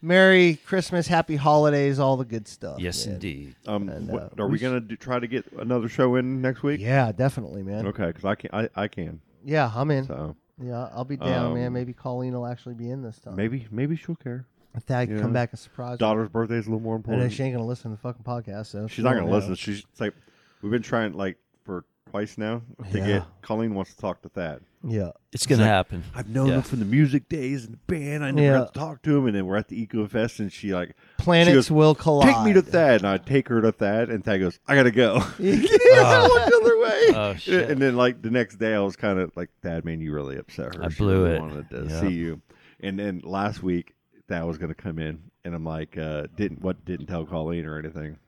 Merry Christmas, happy holidays, all the good
Oh,
stuff.
Yes,
man.
indeed.
Um,
And,
what-
uh,
are
we
we
sh-
gonna do, try to get another show in next week?
Yeah, Uh-huh. definitely, man.
Okay, because I can. I, I can.
Yeah, I'm in.
So
Yeah, I'll be down, man.
Um,
Maybe Colleen will actually be in this time.
maybe maybe she'll care.
If that I can
yeah.
come back and surprise her.
Daughter's birthday is a little more
I
important.
know she ain't gonna listen to the fucking podcast, so
She's not
won't
gonna
know.
listen. She's like, we've been trying like for twice now to
Yeah.
get. Colleen wants to talk to Thad.
Yeah,
It's gonna happen.
I've known
Yeah.
him from the music days and the band. I never
Yeah.
got to talk to him, and then we're at the Eco Fest, and she like
planets
she goes,
will collide.
Take me to Thad, and I take her to Thad, and Thad goes, I gotta go. He doesn't look the other way.
Oh, shit.
And then like the next day, I was kind of like, Thad, man, you really upset her.
I
She
blew
really
it."
Wanted to
Yeah.
see you, and then last week Thad was gonna come in, and I'm like, uh, didn't what didn't tell Colleen or anything.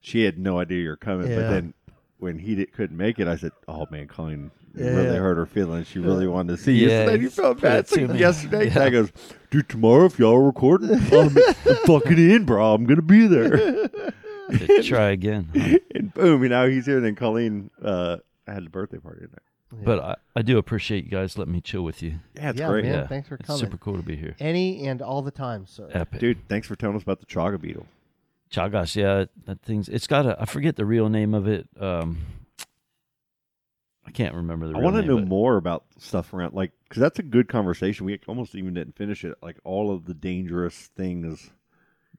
She had no idea you're coming, but
Yeah.
then. When he did, couldn't make it, I said, "Oh man, Colleen you
Yeah.
really hurt her feelings. She really wanted to see you."
Yeah,
so then you
it's
felt bad. It's
pretty
like
too
yesterday, Thad goes, "Dude, tomorrow if y'all are recording, I'm, I'm fucking in, bro. I'm gonna be there."
To try again. huh?
and boom, you know he's here. And then Colleen uh, had a birthday party tonight.
But I, I do appreciate you guys letting me chill with you.
Yeah, it's
Yeah,
great,
man.
yeah,
thanks for
it's
coming.
super cool to be here.
Any and all the time, sir.
Epic.
dude. Thanks for telling us about the chaga beetle.
Chagas, yeah, that thing's. It's got a. I forget the real name of it. Um, I can't remember the.
I
real
want to
name,
know
but-
more about stuff around, like, because that's a good conversation. We almost even didn't finish it. Like all of the dangerous things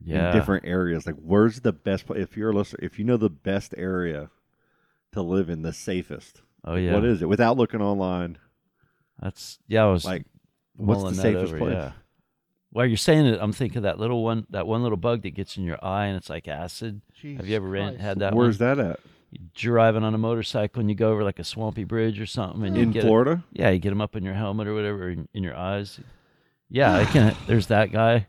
Yeah,
in different areas. Like, where's the best? pla- If you're a listener, if you know the best area to live in, the safest.
Oh yeah.
What is it? Without looking online,
That's yeah. I was
like, what's the
mulling that
safest
over,
place?
yeah. While you're saying it, I'm thinking that little one, that one little bug that gets in your eye and it's like acid. Have you ever ran, had that?
Where's
one?
that at?
You're driving on a motorcycle and you go over like a swampy bridge or something, and you
In
get
Florida?
yeah, you get them up in your helmet or whatever, in, in your eyes. Yeah, I can. There's that guy.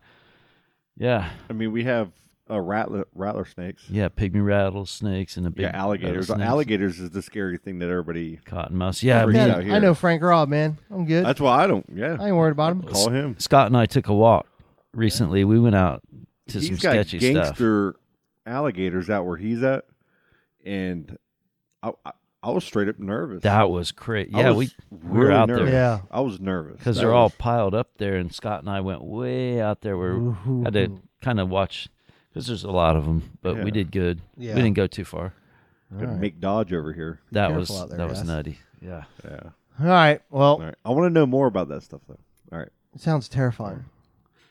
Yeah,
I mean, we have uh, rattler rattler snakes.
yeah, pygmy rattlesnakes and a big
Yeah, alligators.
rattlesnakes.
Alligators is the scary thing that everybody.
cottonmouth. Yeah,
Freaks
me-
out.
Yeah,
here.
I know Frank Rob, man. I'm good.
That's why I don't. Yeah,
I ain't worried about him.
call him.
Scott and I took a walk recently. We went out to
He's
some
got
sketchy stuff.
gangster alligators out where he's at, and I, I, I was straight up nervous.
That was crazy.
I
Yeah,
was
we we were
really
out
nervous.
there
Yeah.
I was nervous
because
That
they're all
was-
piled up there, and Scott and I went way out there where we had to kind of watch because there's a lot of them, but
Yeah.
we did good.
Yeah.
We didn't go too far.
Gonna make Dodge over here.
That
careful
was
out there,
that was
guys.
nutty. Yeah,
Yeah.
All right. Well,
All right. I want to know more about that stuff though. All right.
it sounds terrifying.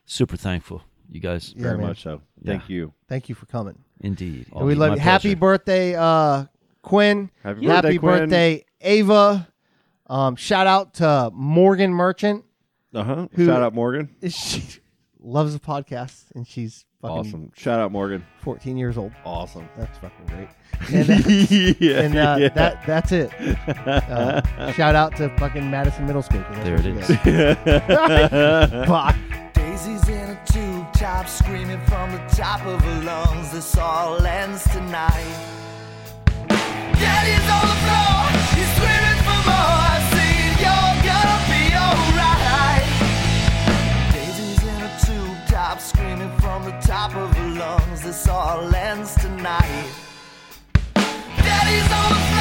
super thankful, you guys.
Yeah,
Very
man.
much so. Thank you.
Thank you for coming.
Indeed,
And we love
My
you. Happy
pleasure.
birthday, uh, Quinn.
Happy birthday, Quinn.
birthday, Ava. Um, shout out to Morgan Merchant.
Uh huh.
Uh-huh. Who-
Shout out Morgan.
She loves the podcast, and she's fucking
Awesome. Shout out Morgan.
14 years old.
Awesome.
That's fucking great. And, that-
yeah,
and, uh,
yeah.
that that's it. Uh, shout out to fucking Madison Middle School. 'cause that's
There
what
it
she does. Bye.
Daisy's in a tube top, screaming from the top of her lungs. This all ends tonight. Daddy's on the floor, he's screaming for more. I see you're gonna be alright. Daisy's in a tube top, screaming from the top of her lungs. This all ends tonight. Daddy's on the floor. Oh,